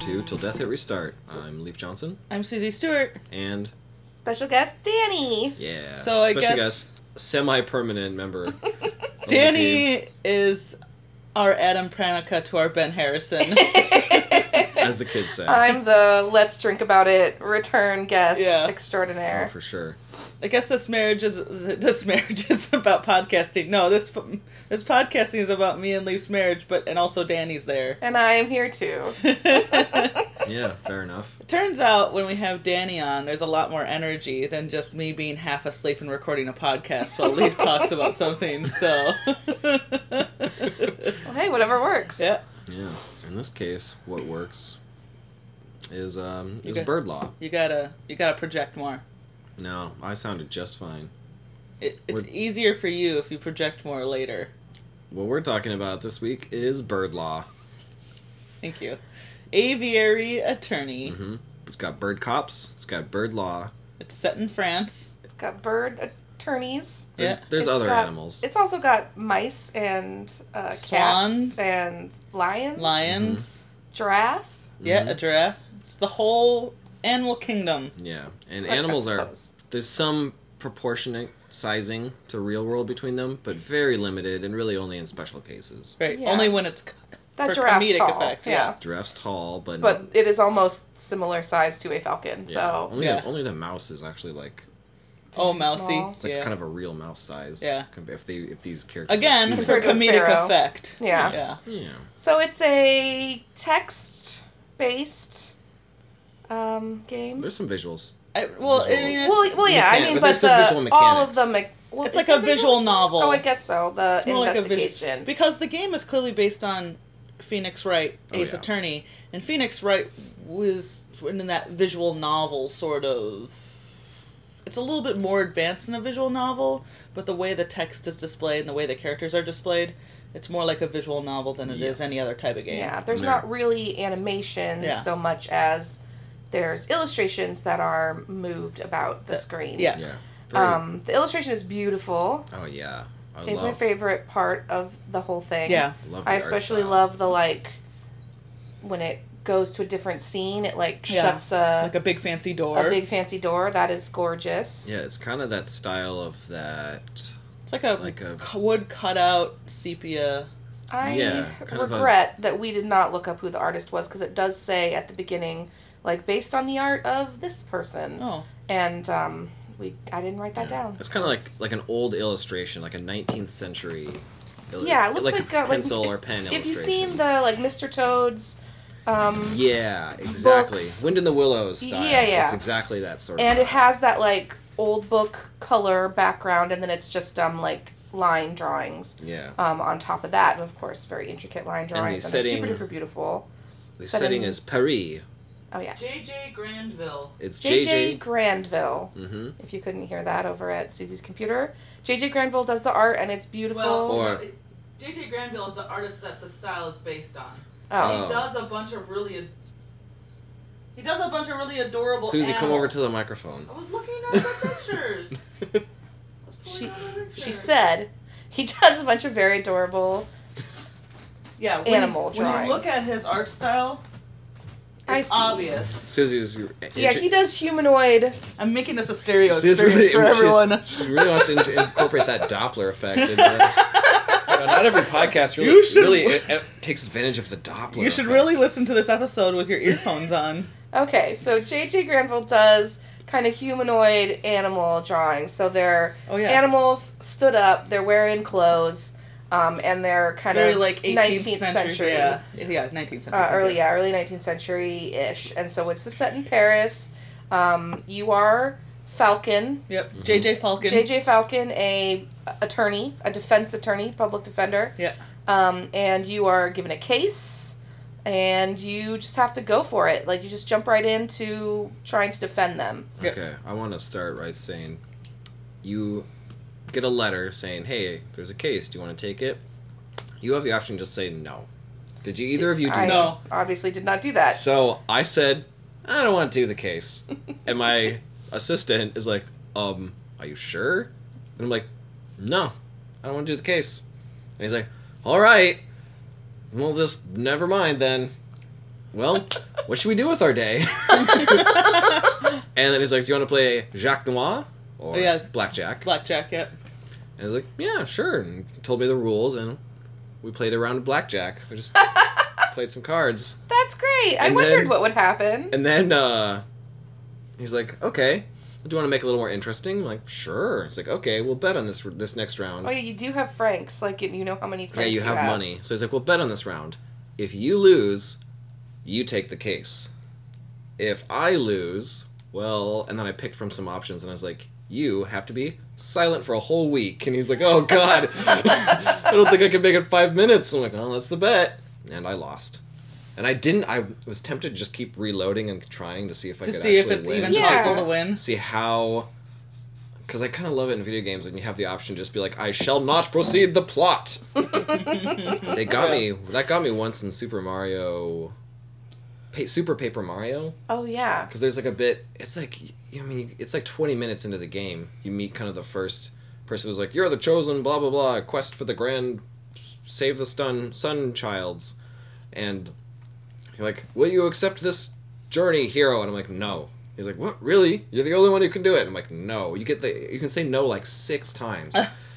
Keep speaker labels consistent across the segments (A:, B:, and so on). A: Till Death Hit Restart. I'm Leaf Johnson,
B: I'm Susie Stewart.
A: and
C: Special guest Danny.
A: yeah,
B: So I
A: especially
B: guess-
A: semi-permanent member. of the team.
B: Danny is our Adam Pranica to our Ben Harrison.
A: as the kids say,
B: Oh,
C: I'm the let's drink about it return guest
B: Yeah.
A: Oh,
C: extraordinaire.
A: for sure.
B: I guess this marriage is this marriage is about podcasting. No, this this podcasting is about me and Leaf's marriage, but and also Danny's there.
C: And I am here too.
A: Yeah, fair enough.
B: Turns out when we have Danny on, there's a lot more energy than just me being half asleep and recording a podcast while Leaf talks about something. So,
C: Well, hey, whatever works.
B: yeah,
A: Yeah. In this case, what works is um is
B: Okay.
A: bird law.
B: you gotta you gotta project more.
A: No, I sounded just fine.
B: It, it's
A: We're-
B: easier for you if you project more later.
A: What we're talking about this week is bird law.
B: Thank you. Aviary attorney.
A: hmm It's got bird cops. It's got bird law.
B: It's set in France.
C: It's got bird attorneys.
A: There-
B: Yeah.
A: There's
C: It's
A: other
C: got-
A: animals.
C: It's also got mice and uh,
B: Swans.
C: cats and lions.
B: Lions.
A: Mm-hmm.
C: Giraffe.
B: Yeah, a giraffe. It's the whole animal kingdom.
A: Yeah, and
C: But I
A: animals are
C: suppose.
A: there's some proportionate sizing to real world between them, but very limited and really only in special cases.
B: Right.
C: Yeah.
B: Only when it's c-
C: That
B: for
C: giraffe's
B: comedic
C: tall.
B: effect.
C: Yeah.
B: Yeah.
A: Giraffe's tall, but
C: But it is almost similar size to a falcon.
A: yeah,
C: So
A: only
B: Yeah.
A: the, only the mouse is actually like
B: Oh, mousy.
C: Small.
A: it's like
B: yeah.
A: kind of a real mouse size.
B: Yeah.
A: compa- If they if these characters are
B: Again,
A: humans.
B: for
C: Compared to a
B: comedic
C: sparrow.
B: effect.
C: Yeah.
B: Yeah.
A: yeah,
C: so it's a text based um, game.
A: there's some visuals.
B: I, well, I
A: Visual.
B: mean, it's,
C: Well, well, yeah.
A: mechanic-
C: I mean,
A: but
C: but
A: there's the
C: the,
A: visual
C: all of the
A: mechanics.
C: me- well,
B: It's like
C: is it
B: a visual novel.
C: Oh, I guess so. The
B: it's more like a
C: investigation.
B: visual because the game is clearly based on Phoenix Wright,
A: Oh,
B: Ace
A: yeah.
B: Attorney, and Phoenix Wright was in that visual novel sort of. It's a little bit more advanced than a visual novel, but the way the text is displayed and the way the characters are displayed, it's more like a visual novel than it is
A: Yes.
B: any other type of game.
C: yeah, there's
A: Yeah.
C: not really animation
B: Yeah.
C: so much as there's illustrations that are moved about the
B: The-
C: screen.
B: yeah.
A: Yeah, very,
C: Um, the illustration is beautiful.
A: oh yeah, I
C: It's
A: love,
C: my favorite part of the whole thing.
B: Yeah.
A: love the
C: I
A: art
C: especially
A: style.
C: love the like when it goes to a different scene. It like
B: Yeah.
C: shuts a
B: Like a big fancy door.
C: Uh, a big fancy door. That is gorgeous.
A: Yeah, it's kind of that style of that.
B: it's like a,
A: like a-
B: cu- wood cutout sepia.
C: I
A: Yeah, kind of a-
C: regret that we did not look up who the artist was because it does say at the beginning, like based on the art of this person,
B: Oh,
C: and um, we I didn't write that down.
A: It's kind of like like an old illustration, like a 19th century. illu-
C: Yeah, it looks like, uh,
A: a
C: like,
A: pencil or pen
C: if
A: illustration.
C: you've seen the like Mr. Toad's, um,
A: Yeah, exactly.
C: Books.
A: Wind in the Willows
C: Y-
A: style.
C: yeah, yeah.
A: It's exactly that sort of
C: and it
A: style.
C: has that like old book color background, and then it's just um like line drawings.
A: Yeah.
C: Um, on top of that, of course, very intricate line
A: the
C: drawings and,
A: setting-
C: super duper beautiful.
A: The
C: set
A: setting
C: in-
A: is Paris.
C: Oh yeah,
B: J.J. Granville.
A: It's
C: JJ
A: JJ.
C: Granville.
A: Mm-hmm.
C: if you couldn't hear that over at Susie's computer. JJ Granville does the art and it's beautiful.
A: Or-
B: J.J. Granville is the artist that the style is based on.
C: oh.
A: Oh.
B: He does a bunch of really. Ad- he does a bunch of really adorable.
A: Susie, come over
B: animals.
A: to the microphone.
B: I was looking at the pictures. I was pulling
C: She-
B: out the
C: She
B: pictures.
C: said he does a bunch of very adorable
B: "Yeah, when
C: animal
B: you, When you look
C: drawings.
B: at his art style, it's
C: I see.
B: obvious.
A: Susie's.
C: Yeah, he does humanoid.
B: I'm making this a stereo
A: This is
B: experience
A: really-
B: for everyone.
A: She really wants to in- incorporate that Doppler effect. Into the, you know, not every podcast really,
B: You should-
A: really uh, uh, takes advantage of the Doppler.
B: you should
A: effect.
B: really listen to this episode with your earphones on.
C: Okay, so JJ Granville does kind of humanoid animal drawings. So they're
B: Oh yeah,
C: animals stood up, they're wearing clothes, um, and they're kind
B: very
C: of
B: like 18th
C: 19th
B: century.
C: century.
B: Yeah, yeah, 19th century.
C: uh, early yeah early 19th century ish and so it's set in paris um, you are falcon
B: Yep, J.J. Falcon.
C: jj falcon a attorney a defense attorney public defender
B: Yeah.
C: um, and you are given a case and you just have to go for it like you just jump right into trying to defend them
B: Yeah.
A: Okay, I want to start right saying, you get a letter saying, "Hey, there's a case. Do you want to take it?" You have the option to just say no. Did you either of you do
C: I
A: that?
B: No.
C: obviously did not do that
A: So I said, I don't want to do the case. And my assistant is like, um, are you sure? And I'm like, no, I don't want to do the case. And he's like, all right, well, just never mind then. well, what should we do with our day? and then he's like, do you want to play Jacques Noir or
B: Oh, yeah.
A: Blackjack?
B: Blackjack, yep.
A: And he's like, yeah, sure. And he told me the rules, and we played a round of Blackjack. We just played some cards.
C: That's great. I
A: And
C: wondered
A: then-
C: what would happen.
A: And then uh, he's like, okay. Do you want to make it a little more interesting? I'm like, sure. It's like, okay, we'll bet on this this next round.
C: oh yeah, you do have francs. Like and you know how many francs.
A: yeah, you have, money. So he's like, well, bet on this round. If you lose, you take the case. If I lose, well, and then I picked from some options, and I was like, you have to be silent for a whole week. And he's like, oh god, I don't think I can make it five minutes. I'm like, oh, that's the bet, and I lost. And I didn't. I was tempted to just keep reloading and trying to see if I
B: To
A: could
B: see if
A: actually
B: it's
A: win.
B: even
A: Just, like,
C: Yeah.
B: possible to win.
A: see how because i kind of love it in video games when you have the option to just be like i shall not proceed the plot they got me that got me once in super mario pa- super paper mario
C: Oh yeah.
A: because there's like a bit it's like i mean it's like 20 minutes into the game you meet kind of the first person who's like you're the chosen blah blah blah quest for the grand save the stun sun childs and you're like will you accept this journey hero and i'm like no he's like what really you're the only one who can do it i'm like no you get the you can say no like six times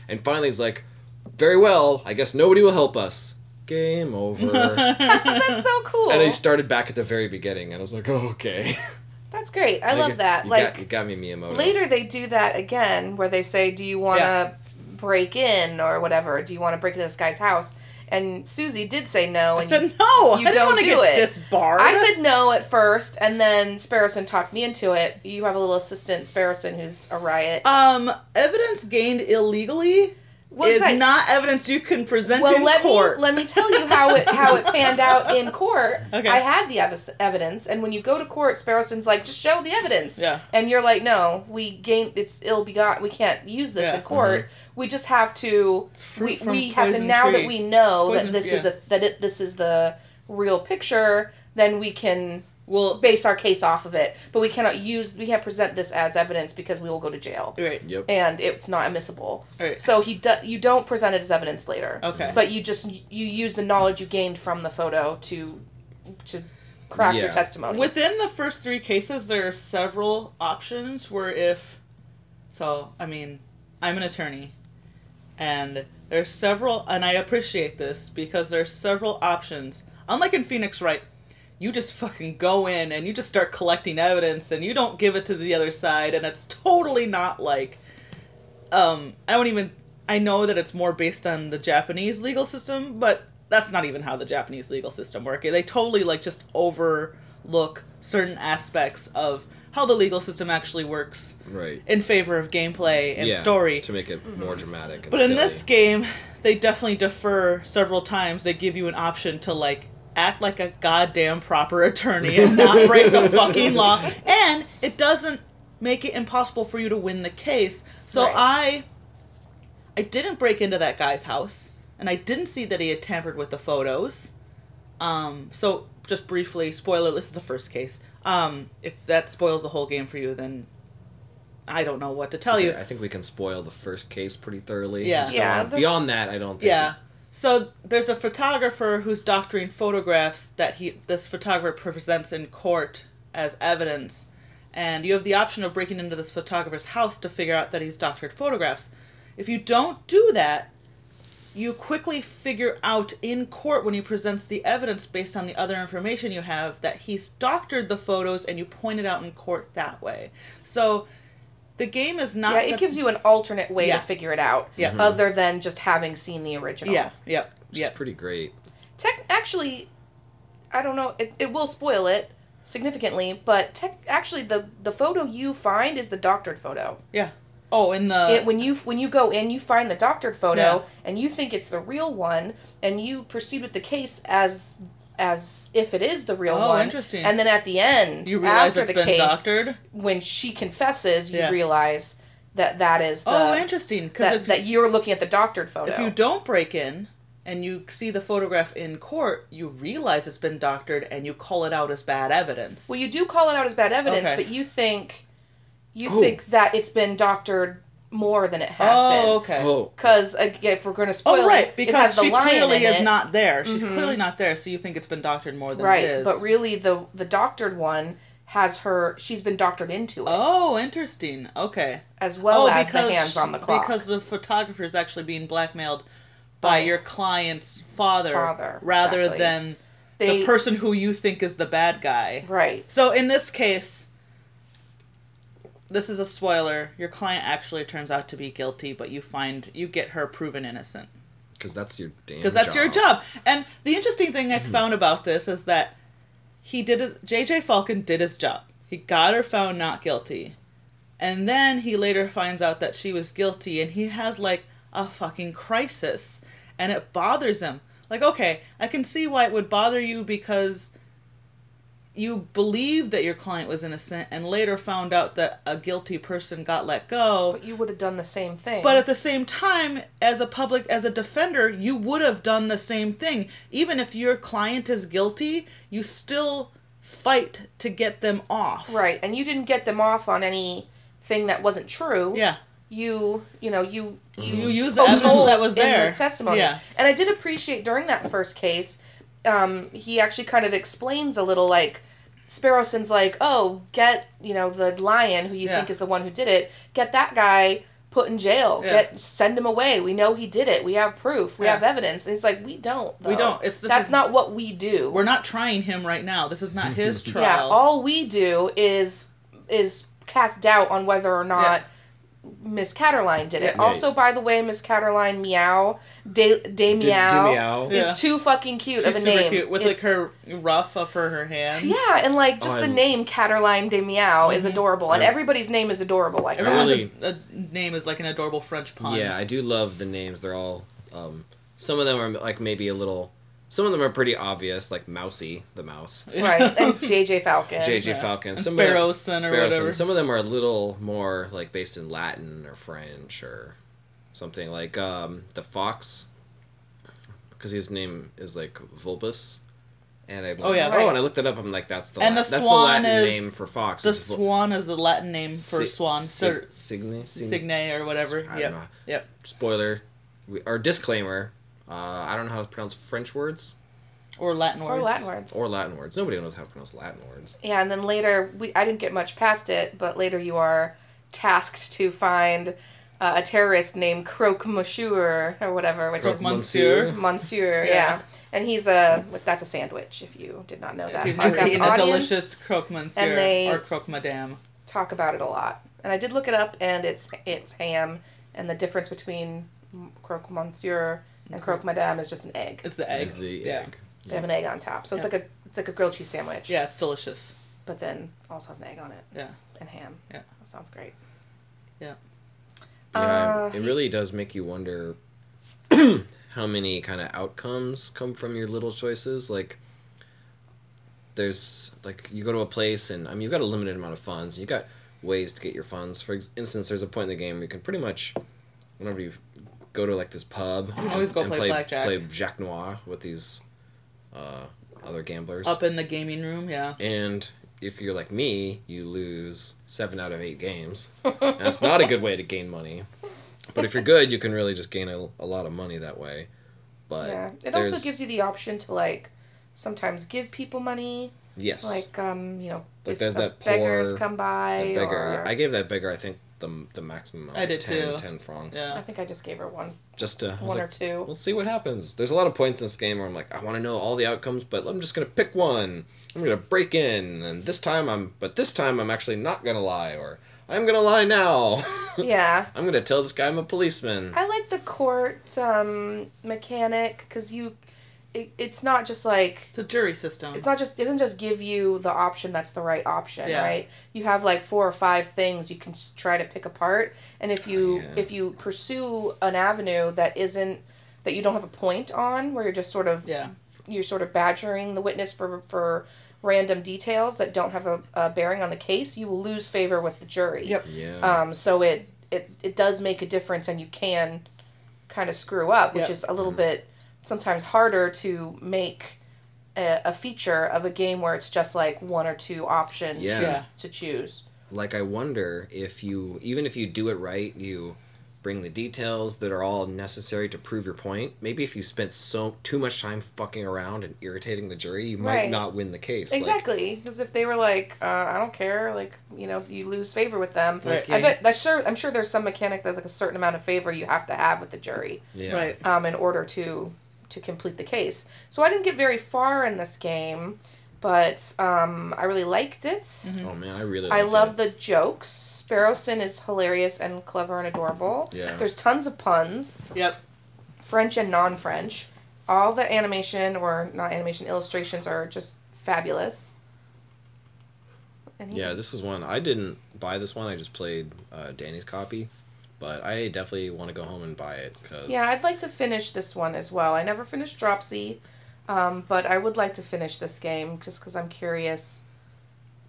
A: and finally he's like very well i guess nobody will help us game over
C: That's so cool.
A: and he started back at the very beginning and i was like oh, okay
C: That's great. I
A: you
C: love
A: got-
C: that.
A: You
C: like
A: got, you got me Miyamoto.
C: later they do that again where they say, "Do you want to
B: Yeah.
C: break in or whatever? Do you want to break into this guy's house?" And Susie did say no.
B: I
C: and
B: said,
C: you-
B: no, I didn't
C: don't
B: want to
C: do
B: get
C: it.
B: disbarred.
C: I said no at first, and then Sparrowson talked me into it. You have a little assistant, Sparrowson, who's a riot.
B: um, evidence gained illegally
C: Once
B: is
C: I-
B: not evidence you can present in
C: let
B: court.
C: me let me tell you how it how it panned out in court.
B: Okay.
C: I had the ev- evidence, and when you go to court, Sparrowson's like, "Just show the evidence."
B: Yeah.
C: And you're like, "No, we gain it's ill begot. We can't use this
B: Yeah. Mm-hmm.
C: in court. We just have to.
B: fruit
C: We,
B: from
C: we have to
B: poison
C: now that
B: tree.
C: we know
B: Poison-
C: that this is
B: yeah.
C: a that it, this is the real picture. Then we can
B: well,
C: base our case off of it. But we cannot use we can't present this as evidence because we will go to jail,
B: right,
A: Yep.
C: and it's not admissible.
B: right.
C: So he do, you don't present it as evidence later
B: Okay.
C: but you just you use the knowledge you gained from the photo to to craft your
A: Yeah.
C: testimony.
B: Within the first three cases, there are several options where if. So, I mean, I'm an attorney, and there's several, and I appreciate this because there's several options. Unlike in Phoenix Wright, you just fucking go in and you just start collecting evidence and you don't give it to the other side, and it's totally not like. Um, I don't even. I know that it's more based on the Japanese legal system, but that's not even how the Japanese legal system works. They totally like just overlook certain aspects of how the legal system actually works
A: Right.
B: in favor of gameplay and
A: Yeah,
B: story.
A: to make it more dramatic. and
B: But in this
A: silly.
B: game, they definitely defer several times. They give you an option to like act like a goddamn proper attorney and not break the fucking law. And it doesn't make it impossible for you to win the case. So
C: Right.
B: I I didn't break into that guy's house and I didn't see that he had tampered with the photos. Um so just briefly, spoiler, this is the first case. Um if that spoils the whole game for you then I don't know what to tell you.
A: I think we can spoil the first case pretty thoroughly.
B: Yeah.
A: We just don't
C: Yeah,
A: wanna-
C: that's-
A: beyond that, I don't think.
B: Yeah. So there's a photographer who's doctoring photographs that he this photographer presents in court as evidence, and you have the option of breaking into this photographer's house to figure out that he's doctored photographs. If you don't do that, you quickly figure out in court when he presents the evidence based on the other information you have that he's doctored the photos and you point it out in court that way. So the game is not
C: yeah, it
B: that-
C: gives you an alternate way
B: Yeah.
C: to figure it out,
B: Yeah. Mhm.
C: other than just having seen the original.
B: yeah, yeah,
A: Which
B: yeah.
A: is pretty great.
C: Tech actually, I don't know. It, it will spoil it significantly, but tech actually the the photo you find is the doctored photo.
B: Yeah. Oh, in the
C: it, when you when you go in, you find the doctored photo
B: Yeah.
C: and you think it's the real one, and you proceed with the case as as if it is the real
B: Oh,
C: one.
B: interesting.
C: And then at the end,
B: you realize
C: after
B: it's
C: the
B: been
C: case,
B: doctored.
C: when she confesses, you
B: Yeah.
C: realize that that is the
B: oh, interesting. Because
C: that,
B: if,
C: that you're looking at the doctored photo.
B: if you don't break in and you see the photograph in court, you realize it's been doctored and you call it out as bad evidence.
C: well, you do call it out as bad evidence,
B: Okay.
C: but you think you
A: Oh.
C: think that it's been doctored more than it has been.
B: Oh, okay.
A: Oh,
C: Because again, if we're going to spoil
B: Oh, right,
C: it, it
B: because
C: has the
B: she
C: lion
B: clearly
C: in
B: is
C: it.
B: not there. She's
C: Mhm.
B: clearly not there, so you think it's been doctored more than
C: right.
B: it is.
C: But really, the the doctored one has her. She's been doctored into it
B: oh, interesting. Okay.
C: as well
B: oh,
C: as the hands on the clock.
B: Because the photographer is actually being blackmailed by
C: By-
B: your client's father,
C: Father,
B: rather
C: exactly.
B: than
C: they
B: the person who you think is the bad guy.
C: right.
B: So in this case, this is a spoiler. Your client actually turns out to be guilty, but you find you get her proven innocent
A: because that's your damn.
B: because that's your job. And the interesting thing I found about this is that he did it. JJ Falcon did his job. He got her found not guilty, and then he later finds out that she was guilty, and he has like a fucking crisis, and it bothers him. Like, okay, I can see why it would bother you because you believed that your client was innocent and later found out that a guilty person got let go.
C: But you would have done the same thing.
B: But at the same time, as a public, as a defender, you would have done the same thing. Even if your client is guilty, you still fight to get them off.
C: right, and you didn't get them off on any thing that wasn't true.
B: Yeah.
C: You you know you
B: You
C: you
B: use the
C: poke
B: evidence that
C: holes
B: was there.
C: in the testimony.
B: Yeah.
C: And I did appreciate during that first case, um, he actually kind of explains a little like Sparrowson's like, oh, get you know the lion who you
B: Yeah.
C: think is the one who did it, get that guy put in jail,
B: Yeah.
C: get send him away. We know he did it. We have proof. We
B: Yeah.
C: have evidence. And he's like, we don't. Though.
B: We don't. It's this
C: That's
B: is-
C: not what we do.
B: We're not trying him right now. This is
A: Mm-hmm.
B: not his trial.
C: Yeah, all we do is is cast doubt on whether or not Miss Catterline did it.
A: Yeah.
C: Also, by the way, Miss Catterline Meow, De, De
A: D-
C: Meow,
A: Dimiao.
B: Yeah.
C: is too fucking cute
B: She's
C: of a
B: super
C: name.
B: cute with
C: It's-
B: like her ruff of her, her hands.
C: Yeah, and like just
A: Oh, I-
C: the name Catterline De Meow is
B: Mhm.
C: adorable, and
A: I-
C: everybody's name is adorable like
B: Everyone's
C: that.
A: Really?
B: a, a name is like an adorable French pun.
A: Yeah, I do love the names. They're all um, some of them are like maybe a little. Some of them are pretty obvious, like Mousy the mouse,
C: Right, and JJ Falcon.
A: JJ
B: Yeah.
A: Falcon,
B: And
A: some
B: Sparrowson or
A: of them,
B: whatever.
A: Some of them are a little more like based in Latin or French or something like um, the fox, because his name is like Vulpus. And I
B: Oh, yeah.
A: oh and I looked it up. I'm like that's the
B: And
A: La-
B: the
A: that's the
B: swan
A: Latin
B: is-
A: name for fox.
B: The
A: is Vul-
B: swan is the Latin name for
A: Si-
B: swan.
A: sig-
B: Sir,
A: signe- sig-
B: Signe or whatever.
A: I don't
B: yep.
A: know.
B: Yep.
A: spoiler we, or disclaimer uh, i don't know how to pronounce french words
B: Or Latin words.
C: Or Latin words.
A: or latin words nobody knows how to pronounce latin words
C: Yeah, and then later we I didn't get much past it, but later you are tasked to find uh, a terrorist named Croque Monsieur or whatever, which is
B: Croque
A: Monsieur.
B: Monsieur.
C: Monsieur.
B: Yeah.
C: Yeah. and he's a like, that's a sandwich. If you did not know that,
B: He's
C: Podcast
B: eating a
C: audience
B: delicious croque monsieur
C: And they-
B: or croque madame.
C: talk about it a lot, and I did look it up, and it's it's ham, and the difference between m- croque monsieur and croque madame is just an egg.
B: Mm-hmm. It's the egg.
A: is the
B: yeah.
A: egg
C: they have an egg on top, so it's
B: Yeah.
C: like a it's like a grilled cheese sandwich.
B: Yeah, it's delicious.
C: but then also has an egg on it
B: Yeah.
C: and ham.
B: Yeah.
C: that sounds great.
B: Yeah.
A: yeah,
C: Uh,
A: it really does make you wonder how many kind of outcomes come from your little choices like there's like you go to a place and i mean you've got a limited amount of funds you got ways to get your funds for ex- instance there's a point in the game where you can pretty much whenever you go to like this pub and,
B: always go play blackjack.
A: play jack noir with these uh, other gamblers
B: Up in the gaming room, yeah.
A: and if you're like me, you lose seven out of eight games. That's not a good way to gain money. But if you're good, you can really just gain a, a lot of money that way. But
C: Yeah, it
A: there's-
C: also gives you the option to like sometimes give people money,
A: yes,
C: like um, you know,
A: Like
C: if
A: there's
C: the
A: that
C: beggars
A: poor-
C: come by.
A: the beggar.
C: or-
A: I gave that beggar I think the the maximum.
B: I did
A: 10,
B: too.
A: 10 francs.
B: Yeah.
C: I think I just gave her one,
A: Just to I was
C: one or
A: like,
C: two.
A: We'll see what happens. There's a lot of points in this game where I'm like, I want to know all the outcomes, but I'm just gonna pick one. I'm gonna break in, and this time I'm, but this time I'm actually not gonna lie, or I'm gonna lie now.
C: yeah,
A: I'm gonna tell this guy I'm a policeman.
C: I like the court um mechanic because you, it, it's not just like.
B: It's a jury system.
C: It's not just it doesn't just give you the option that's the right option,
B: Yeah.
C: right? You have like four or five things you can s- try to pick apart, and if you
A: Oh, yeah.
C: if you pursue an avenue that isn't that you don't have a point on, where you're just sort of
B: yeah.
C: you're sort of badgering the witness for for random details that don't have a, a bearing on the case, you will lose favor with the jury.
B: Yep.
A: yeah.
C: Um, so it, it it does make a difference, and you can kind of screw up, which
B: Yep.
C: is a little
A: Mm-hmm.
C: bit sometimes harder to make a, a feature of a game where it's just like one or two options
A: Yeah.
B: Yeah.
C: to choose.
A: like I wonder if you even if you do it right, you bring the details that are all necessary to prove your point. Maybe if you spent so too much time fucking around and irritating the jury, you might
C: Right.
A: not win the case. Like,
C: Exactly, because if they were like, uh, I don't care, like you know, you lose favor with them.
A: Like,
C: I
A: yeah,
C: bet. I'm sure. I'm sure there's some mechanic that's like a certain amount of favor you have to have with the jury,
A: yeah.
B: Right.
C: um, in order to to complete the case. So I didn't get very far in this game, but um, I really liked it.
A: Oh man, I really.
C: I
A: liked
C: love
A: It.
C: the jokes. Sparrowson is hilarious and clever and adorable.
A: Yeah.
C: There's tons of puns.
B: Yep.
C: French and non French. All the animation, or not animation, illustrations are just fabulous. And
A: Yeah, this is one I didn't buy. This one I just played uh, Danny's copy, but I definitely want to go home and buy it because
C: Yeah, I'd like to finish this one as well. I never finished Dropsy, um, but I would like to finish this game just because I'm curious.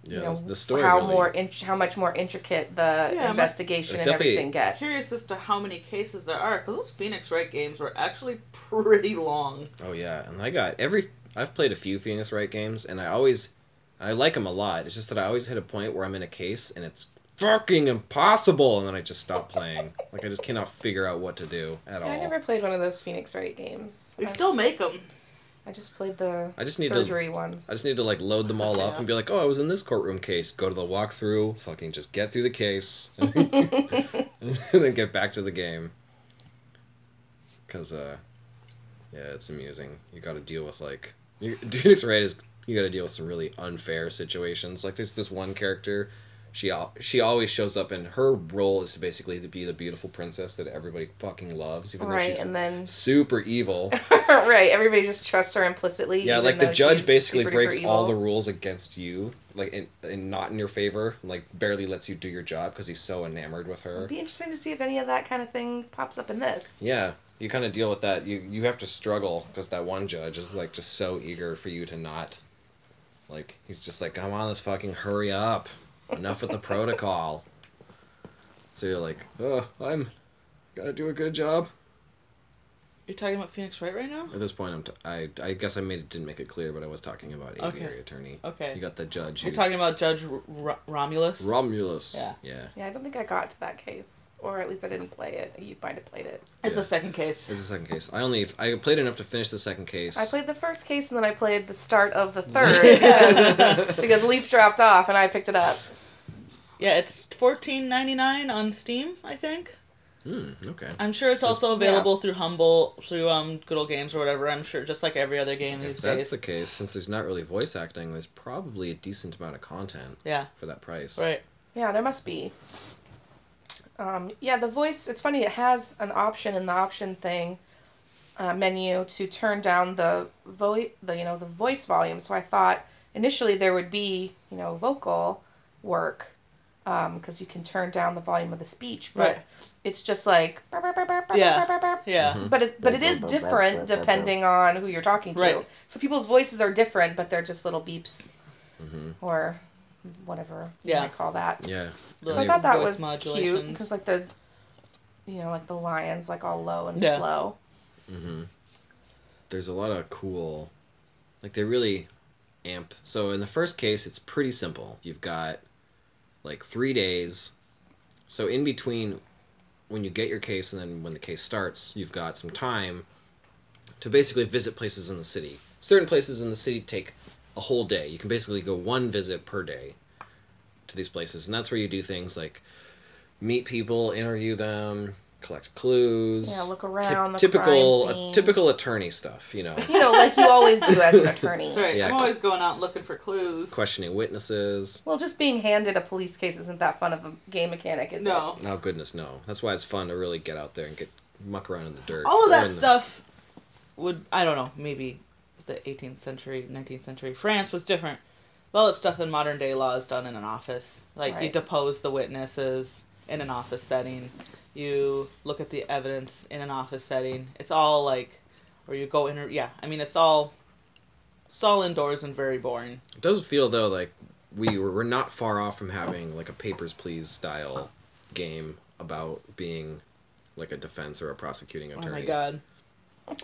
C: you know,
A: the story
C: how
A: really,
C: more in- how much more intricate the
B: Yeah, I'm-
C: investigation
A: It's
C: and
A: definitely-
C: everything gets.
B: Curious as to how many cases there are, because those Phoenix Wright games were actually pretty long.
A: Oh yeah, and I got every. I've played a few Phoenix Wright games, and I always, I like them a lot. It's just that I always hit a point where I'm in a case and it's fucking impossible, and then I just stop playing. like I just cannot figure out what to do at
C: Yeah, I
A: all.
C: never played one of those Phoenix Wright games.
B: They
C: I-
B: still make them.
C: I just played the
A: I just need to-
C: surgery ones.
A: I just need to like load them all up
B: Yeah.
A: and be like, oh, I was in this courtroom case. Go to the walkthrough, fucking just get through the case, and then get back to the game. Cause uh, yeah, it's amusing. You got to deal with like you- Phoenix Wright is you got to deal with some really unfair situations. Like there's this one character, she al- she always shows up and her role is to basically to be the beautiful princess that everybody fucking loves, even though
C: Right,
A: she's
C: and then-
A: super evil.
C: right, everybody just trusts her implicitly.
A: Yeah,
C: even
A: like the
C: though
A: judge
C: she's
A: basically
C: super duper
A: breaks all the
C: evil.
A: rules against you, like and, and not in your favor, and, like barely lets you do your job because he's so enamored with her.
C: It'd be interesting to see if any of that kind of thing pops up in this.
A: Yeah, you kind of deal with that. You you have to struggle because that one judge is like just so eager for you to not, like he's just like, come on, let's fucking hurry up, enough with the protocol. So you're like, oh, I'm, gotta do a good job.
B: You're talking about Phoenix Wright right now?
A: At this point, I'm t- I I guess I made it didn't make it clear, but I was talking about
B: Okay.
A: aviary attorney.
B: Okay.
A: You got the judge.
B: We're
A: who's-
B: talking about Judge R- R- Romulus.
A: Romulus.
B: Yeah.
A: Yeah.
C: Yeah, I don't think I got to that case, or at least I didn't play it. You might have played it.
B: it's
A: Yeah.
B: the second case.
A: It's the second case. I only I played enough to finish the second case.
C: I played the first case, and then I played the start of the third because, because Leaf dropped off, and I picked it up.
B: Yeah, it's fourteen ninety nine on Steam, I think.
A: Okay.
B: I'm sure it's
A: So-
B: also available through Humble, through um, Good Old Games or whatever. I'm sure, just like every other game
A: If
B: these
A: that's
B: days.
A: the case, since there's not really voice acting, there's probably a decent amount of content
B: Yeah,
A: for that price.
B: right.
C: Yeah, there must be. Um, yeah, the voice. It's funny. It has an option in the option thing uh, menu to turn down the vo- the you know the voice volume. So I thought initially there would be you know vocal work because you can turn down the volume of the speech, but
B: Right.
C: it's just like
B: Yeah. Yeah,
C: But it, but it is different depending on who you're talking to.
B: Right.
C: So people's voices are different, but they're just little beeps or whatever
B: Yeah.
C: you might call that.
A: Yeah.
B: The
C: So I thought that
B: voice
C: was cute
B: modulations.
C: because like the, you know, like the lions like all low and
B: Yeah.
C: slow.
A: There's a lot of cool, like they really amp. So in the first case, it's pretty simple. You've got like three days. So in between, when you get your case and then when the case starts, you've got some time to basically visit places in the city. Certain places in the city take a whole day. You can basically go one visit per day to these places, and that's where you do things like meet people, interview them, collect clues.
C: Yeah, look around the
A: typical uh,
C: crime scene.
A: typical attorney stuff, you know,
C: You know, like you always do as an attorney.
B: that's right.
A: Yeah.
B: I'm always going out looking for clues.
A: questioning witnesses.
C: Well, just being handed a police case isn't that fun of a game mechanic, is
B: No,
A: Oh goodness, no. That's why it's fun to really get out there and get muck around in the dirt.
B: all
A: or
B: of that
A: in the-
B: stuff would I don't know maybe the 18th century, 19th century France was different. Well, that stuff in modern day law is done in an office. Like you
C: Right.
B: depose the witnesses in an office setting. You look at the evidence in an office setting. It's all like, or you go in. Yeah, I mean it's all, it's all indoors and very boring.
A: It does feel though like we were, we're not far off from having like a papers please style game about being like a defense or a prosecuting
B: Oh
A: attorney.
B: my god.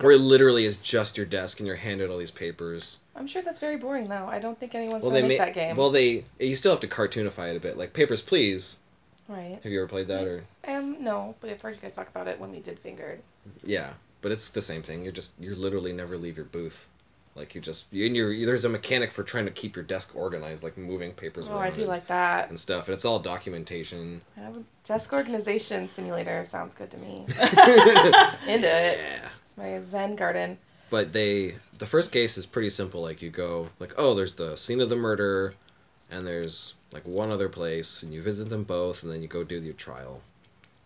A: where it literally is just your desk and you're handed all these papers.
C: I'm sure that's very boring, though. I don't think anyone's
A: Well,
C: gonna
A: they
C: make
A: ma-
C: that game.
A: Well, they you still have to cartoonify it a bit, like Papers Please.
C: right.
A: Have you ever played that? Or
C: Um, no, but I've heard you guys talk about it when we did Fingered.
A: yeah, but it's the same thing. You're just you literally never leave your booth. Like you just you and you're, there's a mechanic for trying to keep your desk organized, like moving papers
C: Oh,
A: around
C: I do
A: and,
C: like that.
A: and stuff, and it's all documentation.
C: Um, Desk organization simulator sounds good to me. Into it. It's my Zen garden.
A: but they the first case is pretty simple like you go like oh there's the scene of the murder and there's like one other place and you visit them both and then you go do your trial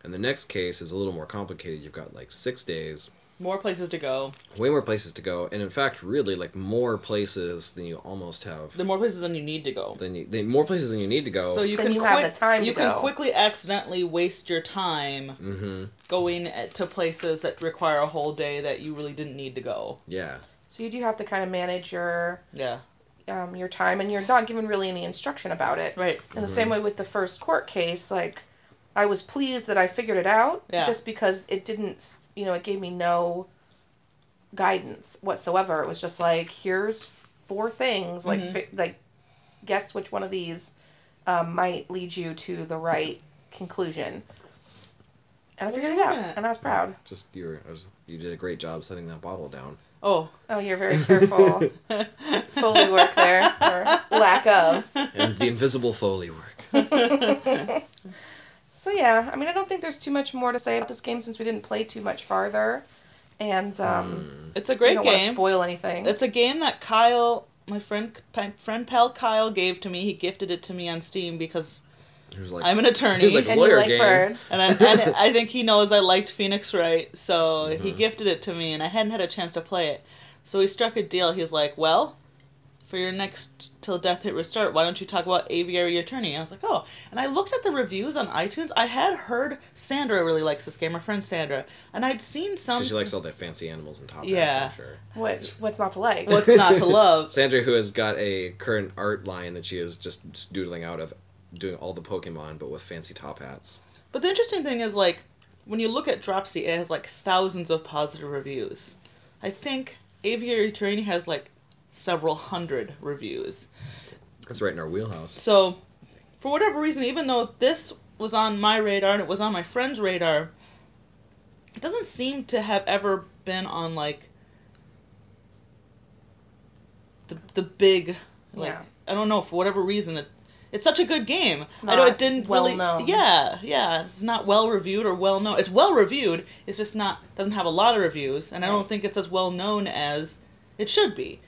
A: and the next case is a little more complicated you've got like six days
B: More places to go.
A: way more places to go and in fact really like more places than you almost have
B: There are more places than you need to go.
A: than you then more places than you need to go
B: So you
C: Then
B: can
C: you
B: quick,
C: have the time
B: You
C: to
B: can
C: go.
B: quickly accidentally waste your time
A: Mm-hmm.
B: going at, to places that require a whole day that you really didn't need to go.
A: yeah
C: So you do have to kind of manage your
B: Yeah.
C: um, your time, and you're not given really any instruction about it.
B: Right.
C: In the same way with the first court case, like I was pleased that I figured it out,
B: Yeah.
C: just because it didn't, you know, it gave me no guidance whatsoever. It was just like, here's four things, like
B: Mm-hmm.
C: fi- like guess which one of these um, might lead you to the right conclusion. And I figured it
B: at
C: out,
B: that.
C: and I was proud.
A: just you were I was- you did a great job setting that bottle down
B: Oh,
C: Oh, you're very careful. Foley work there, or lack of.
A: and the invisible foley work
C: So yeah, I mean, I don't think there's too much more to say about this game since we didn't play too much farther, and um,
A: Hmm.
B: it's a
C: we
B: great
C: don't want to
B: game.
C: spoil anything.
B: It's a game that Kyle, my friend, my friend pal Kyle, gave to me. He gifted it to me on Steam because
A: it was like
B: I'm an attorney.
A: He's like,
C: and you
A: lawyer
C: like
A: game.
C: birds.
B: and, I, and I think he knows I liked Phoenix Wright, so he
A: Mm-hmm.
B: gifted it to me, and I hadn't had a chance to play it. So he struck a deal. He was like, "Well, for your next Till Death Hit Restart, why don't you talk about Aviary Attorney?" I was like, "Oh," and I looked at the reviews on iTunes. I had heard Sandra really likes this game, our friend Sandra, and I'd seen some.
A: she, she likes all that fancy animals and top hats
B: Yeah.
A: I'm sure
C: What? What's not to like?
B: What's not to love?
A: Sandra, who has got a current art line that she is just, just doodling out of doing all the Pokemon, but with fancy top hats.
B: But the interesting thing is, like, when you look at Dropsy, it has like thousands of positive reviews. I think Aviary Attorney has like several hundred reviews.
A: That's right in our wheelhouse.
B: So, for whatever reason, even though this was on my radar and it was on my friend's radar, it doesn't seem to have ever been on like the the big like
C: Yeah.
B: I don't know for whatever reason it it's such a good game. I know
C: not
B: it didn't
C: well
B: really
C: known.
B: yeah yeah it's not well reviewed or well known. It's well reviewed. It's just not doesn't have a lot of reviews, and I don't
C: Right.
B: think it's as well known as it should be.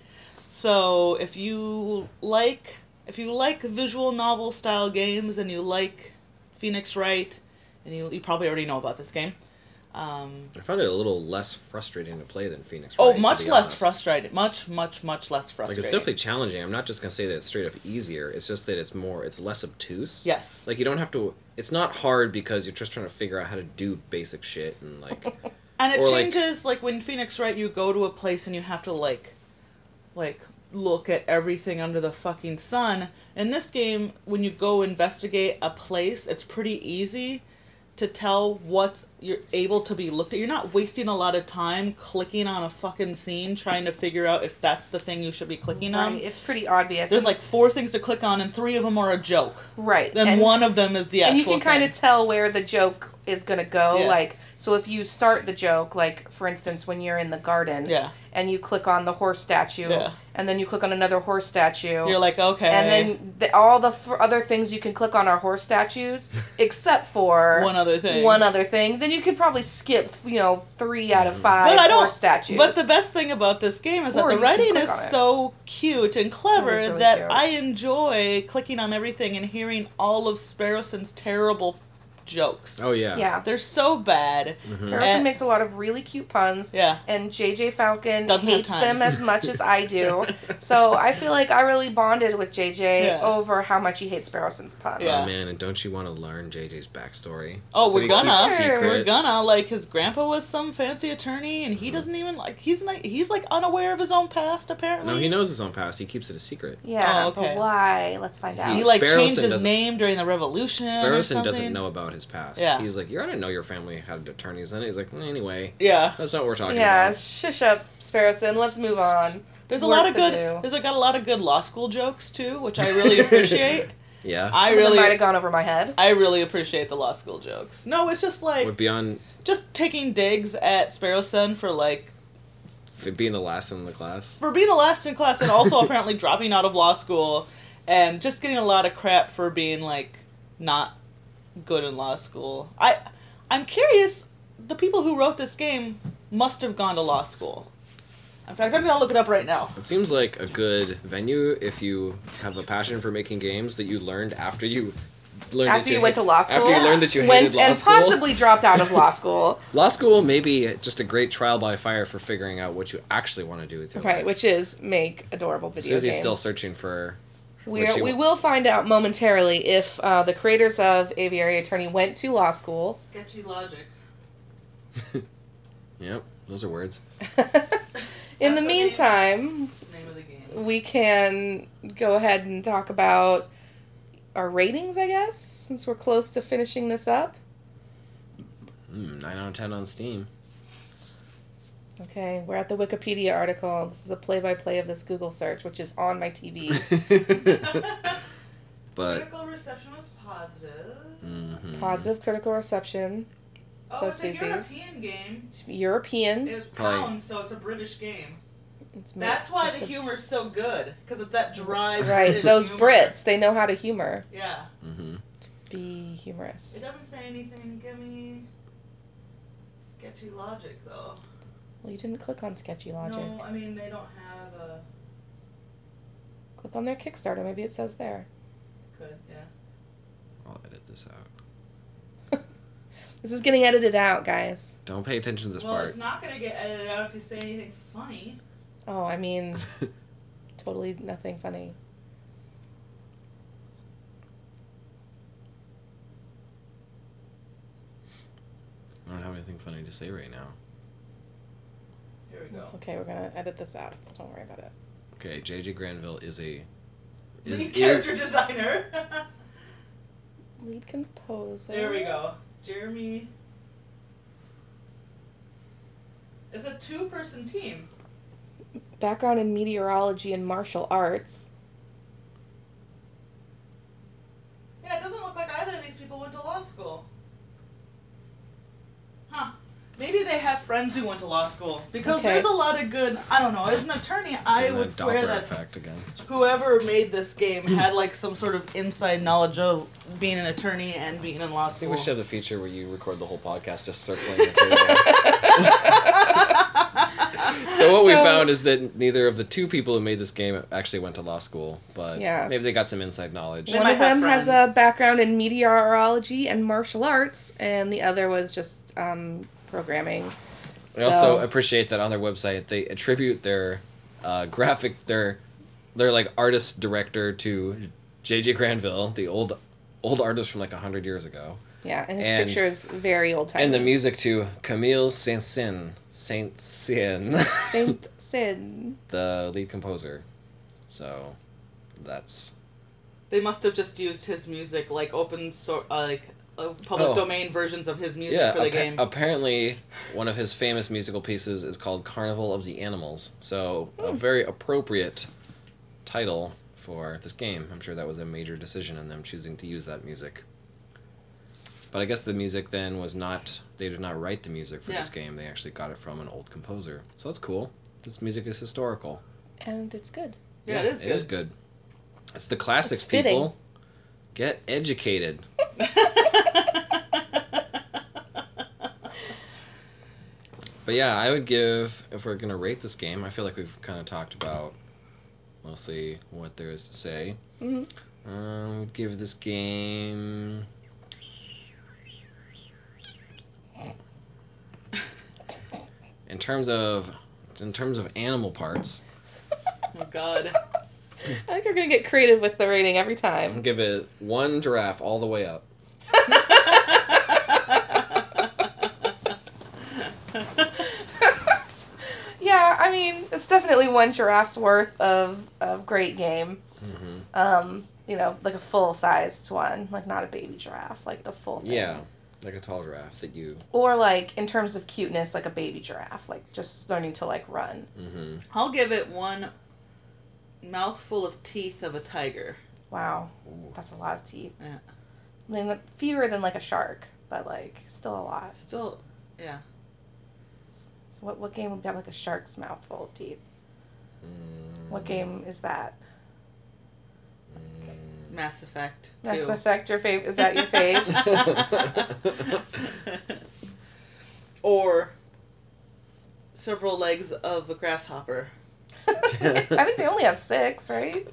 B: So if you like if you like visual novel style games and you like Phoenix Wright, and you, you probably already know about this game. Um,
A: I found it a little less frustrating to play than Phoenix.
B: oh,
A: Wright, to
B: much
A: be
B: less
A: honest.
B: frustrated. Much, much, much less
A: Like
B: frustrated.
A: it's definitely challenging. I'm not just gonna say that it's straight up easier. It's just that it's more, it's less obtuse.
B: yes.
A: Like you don't have to. It's not hard because you're just trying to figure out how to do basic shit and like.
B: and it
A: or, like-
B: changes like, when Phoenix Wright, you go to a place and you have to like, like look at everything under the fucking sun. In this game, when you go investigate a place, it's pretty easy to tell what's you're able to be looked at. You're not wasting a lot of time clicking on a fucking scene trying to figure out if that's the thing you should be clicking on.
C: Right, It's pretty obvious.
B: There's like four things to click on, and three of them are a joke.
C: right.
B: Then
C: and,
B: one of them is the actual.
C: and you can kind
B: thing.
C: of tell where the joke is gonna go.
B: Yeah.
C: Like, so if you start the joke, like for instance, when you're in the garden,
B: Yeah.
C: and you click on the horse statue,
B: Yeah.
C: and then you click on another horse statue,
B: You're like okay.
C: and then the, all the f- other things you can click on are horse statues, except for
B: one other thing.
C: one other thing, then you could probably skip, you know, three out of
A: Mm.
C: five
B: But I don't.
C: horse statues.
B: But the best thing about this game is that
C: Or
B: the
C: you can
B: writing
C: click
B: is
C: on it.
B: so cute and clever
C: It is really
B: that
C: cute.
B: I enjoy clicking on everything and hearing all of Sparrowson's terrible jokes.
A: Oh yeah. Mm-hmm.
C: yeah,
B: They're so bad.
A: Mm.
C: Harrison
B: and-
C: makes a lot of really cute puns.
B: Eh. Yeah.
C: And JJ Falcon
B: Doesn't have
C: hates
B: time.
C: them as much as I do. so I feel like I really bonded with JJ
B: Yeah.
C: over how much he hates Sparrowson's puns.
B: Yeah.
A: Oh man, and don't you want to learn JJ's backstory?
B: Oh,
A: That
B: we're
A: he
B: gonna.
A: keeps
C: Sure.
B: We're
A: secret.
B: gonna like his grandpa was some fancy attorney, and he
A: Mm-hmm.
B: doesn't even like he's not, he's like unaware of his own past apparently.
A: No, he knows his own past. He keeps it a secret.
C: Yeah,
B: Oh, okay.
C: but why? Let's find out.
B: He
A: Sparrowson
B: like changed his
A: doesn't-
B: name during the revolution. or
A: Sparrowson doesn't
B: something.
A: know about about his past.
B: Yeah.
A: He's like, "You I didn't know your family had attorneys in it." He's like, "Anyway,
B: Yeah.
A: that's not what we're talking
C: Yeah,
A: about."
C: shush up, Sparrowson. Let's move on.
B: There's a
C: Work
B: lot of
C: to
B: good.
C: do.
B: There's like got a lot of good law school jokes too, which I really appreciate.
A: Yeah.
B: I
C: Some of them might have
B: really,
C: gone over my head.
B: I really appreciate the law school jokes. No, it's just like
A: Would be on
B: just taking digs at Sparrowson for like
A: f- being the last in the class.
B: for being the last in class and also apparently dropping out of law school and just getting a lot of crap for being like not good in law school. I I'm curious the people who wrote this game must have gone to law school. In fact, I'm going to look it up right now.
A: It seems like a good venue if you have a passion for making games that you learned after you learned that
C: After you went to law school.
A: After you learned that you
C: Went-
A: hated law
C: and
A: school.
C: possibly dropped out of law school.
A: Law school may be just a great trial by fire for figuring out what you actually want to do with your
C: right,
A: life.
C: which is make adorable video
A: Susie's
C: games.
A: still searching for.
C: We're,
A: what she
C: we
A: wa-
C: will find out momentarily if uh, the creators of Aviary Attorney went to law school.
B: Sketchy logic.
A: Yep, those are words.
C: In the
B: That's okay.
C: meantime,
B: Name of the game.
C: we can go ahead and talk about our ratings, I guess, since we're close to finishing this up.
A: Mm, Nine out of ten on Steam.
C: Okay, we're at the Wikipedia article. This is a play by play of this Google search, which is on my TV.
A: but
B: Critical reception was positive.
A: mhm.
C: Positive critical reception.
B: Oh,
C: So,
B: it's
C: Susie.
B: a European game.
C: It's European.
B: It was
A: Probably-
B: pounds, so it's a British game.
C: It's ma-
B: That's why
C: it's
B: the
C: a-
B: humor's so good, because it's that dry.
C: Right,
B: British
C: those
B: humor.
C: Brits, they know how to humor.
B: Yeah.
A: Mhm.
C: Be
B: It
C: humorous.
B: doesn't say anything. Give me sketchy logic, though.
C: Well, you didn't click on Sketchy Logic.
B: No, I mean they don't have a
C: Click on their Kickstarter. Maybe it says there.
B: good. Yeah.
A: I'll edit this out.
C: This is getting edited out, guys.
A: Don't pay attention to this
B: well,
A: part.
B: it's not gonna get edited out if you say anything funny.
C: Oh, I mean, totally nothing funny.
A: I don't have anything funny to say right now.
B: Here we go.
C: It's okay. We're gonna edit this out, so don't worry about it.
A: Okay, JJ Granville is a. Is,
B: Lead
A: is,
B: character designer.
C: Lead composer.
B: there we go. Jeremy. It's a two-person team.
C: Background in meteorology and martial arts.
B: Yeah, it doesn't look like either of these people went to law school. Huh. Maybe they have friends who went to law school. Because
C: Okay.
B: there's a lot of good. I don't know. As an attorney, I
A: doing
B: would
A: that
B: swear
A: Doppler
B: that
A: effect again.
B: whoever made this game had like some sort of inside knowledge of being an attorney and being in law
A: I
B: school.
A: think we should have the feature where you record the whole podcast just circling the table. so what we
C: So-
A: found is that neither of the two people who made this game actually went to law school, but
C: Yeah.
A: maybe they got some inside knowledge.
B: They
C: One
B: might
C: of
B: have
C: them has
B: friends.
C: a background in meteorology and martial arts, and the other was just um, programming.
A: I also appreciate that on their website they attribute their uh, graphic their their like artist director to JJ Granville, the old old artist from like hundred years ago,
C: yeah, and his
A: and-
C: picture is very old time.
A: and the music to Camille Saint-Saëns, Saint-Saëns,
C: Saint Sid.
A: the lead composer. So that's
B: They must have just used his music, like open source, uh, like uh, public
A: Oh.
B: domain versions of his music
A: yeah. Uh,
B: for the
A: appa-
B: game.
A: Apparently, one of his famous musical pieces is called "Carnival of the Animals," so
B: Hmm.
A: a very appropriate title for this game. I'm sure that was a major decision in them choosing to use that music. But I guess the music then was not. They did not write the music for this
B: Yeah.
A: game. They actually got it from an old composer. So that's cool. This music is historical.
C: And it's good.
B: yeah, it is.
A: It is good. It's the classics,
C: It's fitting.
A: people. Get educated. But yeah, I would give if we're gonna rate this game. I feel like we've kind of talked about mostly what there is to say.
C: Mhm.
A: Um, would give this game. In terms of, in terms of animal parts,
B: oh God.
C: I think you're gonna get creative with the rating every
A: i will
C: time.
A: give it one giraffe all the way up.
C: Yeah, I
A: Mm-hmm.
C: mean, it's definitely one giraffe's worth of, of great game. Um, you know, like a full sized one, like not a baby giraffe, like the full thing.
A: Yeah, like a tall giraffe that you.
C: Or like in terms of cuteness, like a baby giraffe, like just learning to like run.
A: Mm-hmm.
B: I'll give it one mouthful of teeth of a tiger.
C: Wow,
A: Ooh.
C: that's a lot of teeth.
B: Yeah.
C: I mean, fewer than like a shark, but like still a lot.
B: Still, yeah.
C: So what what game would have like a shark's mouth full of teeth?
A: Mm,
C: What game is that?
A: mm.
B: Mass Effect. Two.
C: Mass Effect, your fave? Is that your fave?
B: or several legs of a grasshopper.
C: I think they only have six, right?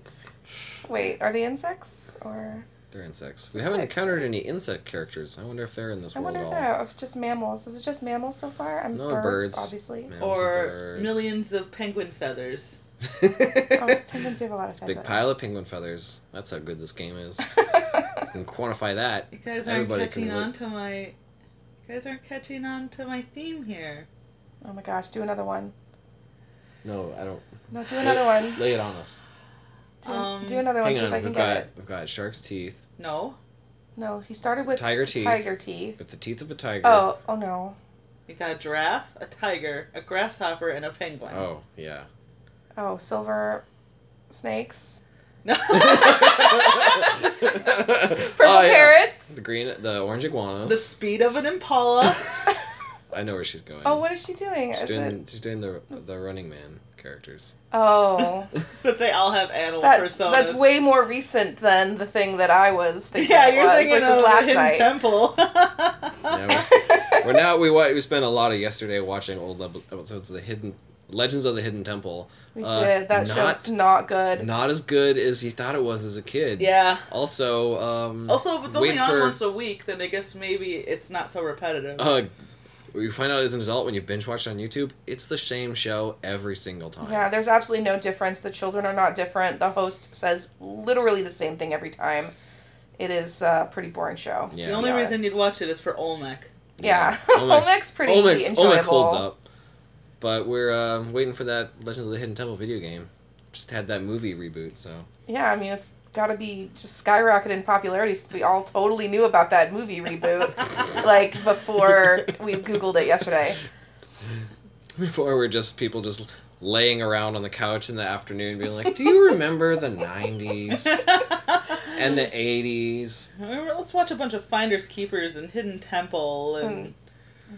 C: Wait, are they insects or?
A: They're insects.
C: It's
A: We haven't
C: insects.
A: encountered any insect characters. I wonder if they're in this
C: I
A: world
C: wonder
A: at
C: if
A: all.
C: they're if just mammals. Is it just mammals so far? I'm
A: No,
C: birds,
A: birds.
C: obviously.
A: Mammals and
B: or
A: birds.
B: millions of penguin feathers.
C: Oh, penguins have a lot of
A: Big
C: feathers.
A: pile of penguin feathers. That's how good this game is. You can quantify that.
B: You guys aren't
A: Everybody can
B: catching
A: look.
B: on to my. You guys aren't catching on to my theme here.
C: oh my gosh, do another one.
A: No, I don't.
C: No, do another one.
A: Lay it on us.
C: Do,
B: Um,
C: do another one.
A: Hang
C: See if I
A: on.
C: can
A: We've
C: get
A: got
C: it.
A: we've got shark's teeth
B: No,
C: No, he started with
A: Tiger
C: the
A: teeth.
C: Tiger teeth.
A: with the teeth of a tiger.
C: Oh, oh no.
B: you got a giraffe, a tiger, a grasshopper, and a penguin.
A: Oh yeah.
C: Oh, silver snakes.
B: No.
C: Purple
A: Oh, yeah.
C: carrots.
A: The green, the orange iguanas.
B: the speed of an impala.
A: I know where she's going.
C: Oh, what is she doing?
A: she's
C: Is
A: doing,
C: it?
A: she's doing the the Running Man characters.
C: Oh,
B: Since they all have animal
C: that's
B: personas.
C: that's way more recent than the thing that I was thinking.
B: Yeah,
C: it
B: you're
C: was,
B: thinking
C: which
B: of
C: was
B: the
C: last
B: hidden
C: night.
B: temple.
A: Yeah, we're, we're now we wa- we spent a lot of yesterday watching old leb- episodes of the Hidden Legends of the Hidden Temple.
C: We
A: Uh,
C: did. That show's not good.
A: Not as good as he thought it was as a kid.
B: yeah.
A: Also, um,
B: Also, if it's only
A: wait
B: on
A: for-
B: once a week, then I guess maybe it's not so repetitive.
A: uh, what you find out as an adult when you binge watch it on YouTube, it's the same show every single time.
C: Yeah, there's absolutely no difference. The children are not different. The host says literally the same thing every time. It is a pretty boring show.
A: Yeah.
B: the only reason you'd watch it is for Olmec.
C: Yeah. Olmec's pretty enjoyable.
A: Olmec holds up. But we're uh, waiting for that Legend of the Hidden Temple video game. Just had that movie reboot, so
C: Yeah, I mean it's got to be just skyrocketed in popularity since we all totally knew about that movie reboot like before we googled it yesterday.
A: before we're just people just laying around on the couch in the afternoon being like, Do you remember the nineties and the eighties?
B: Remember, let's watch a bunch of Finders Keepers and Hidden Temple and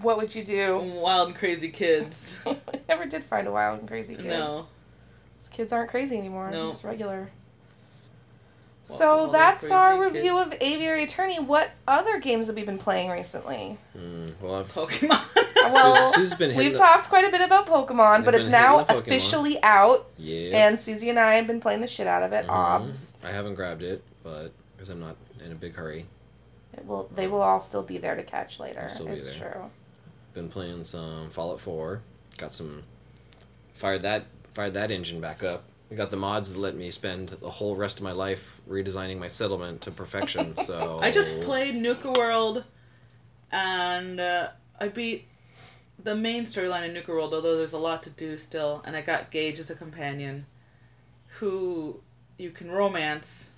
C: What would you do?
B: Wild and Crazy Kids.
C: I never did find a wild and crazy kid.
B: No.
C: These kids aren't crazy anymore.
B: No.
C: They're just regular.
B: Well,
C: So
B: well, they're
C: that's
B: crazy
C: our
B: kids.
C: review of Aviary Attorney. What other games have we been playing recently?
A: Mm, well, I've,
B: Pokemon.
C: Well,
A: Sus- Sue's been hitting
C: We've
A: the-
C: talked quite a bit about Pokemon,
A: They've
C: but it's
A: been
C: now
A: hitting the Pokemon.
C: officially out,
A: yeah,
C: and Susie and I have been playing the shit out of it.
A: Mhm.
C: Obs,
A: I haven't grabbed it, but because I'm not in a big hurry.
C: it will they will all still be there to catch later.
A: They'll still be
C: it's
A: there.
C: true.
A: Been playing some Fallout Four. Got some fired that fired that engine back up. I got the mods that let me spend the whole rest of my life redesigning my settlement to perfection. So
B: I just played Nuka World, and uh, I beat the main storyline in Nuka World, although there's a lot to do still. And I got Gage as a companion, who you can romance.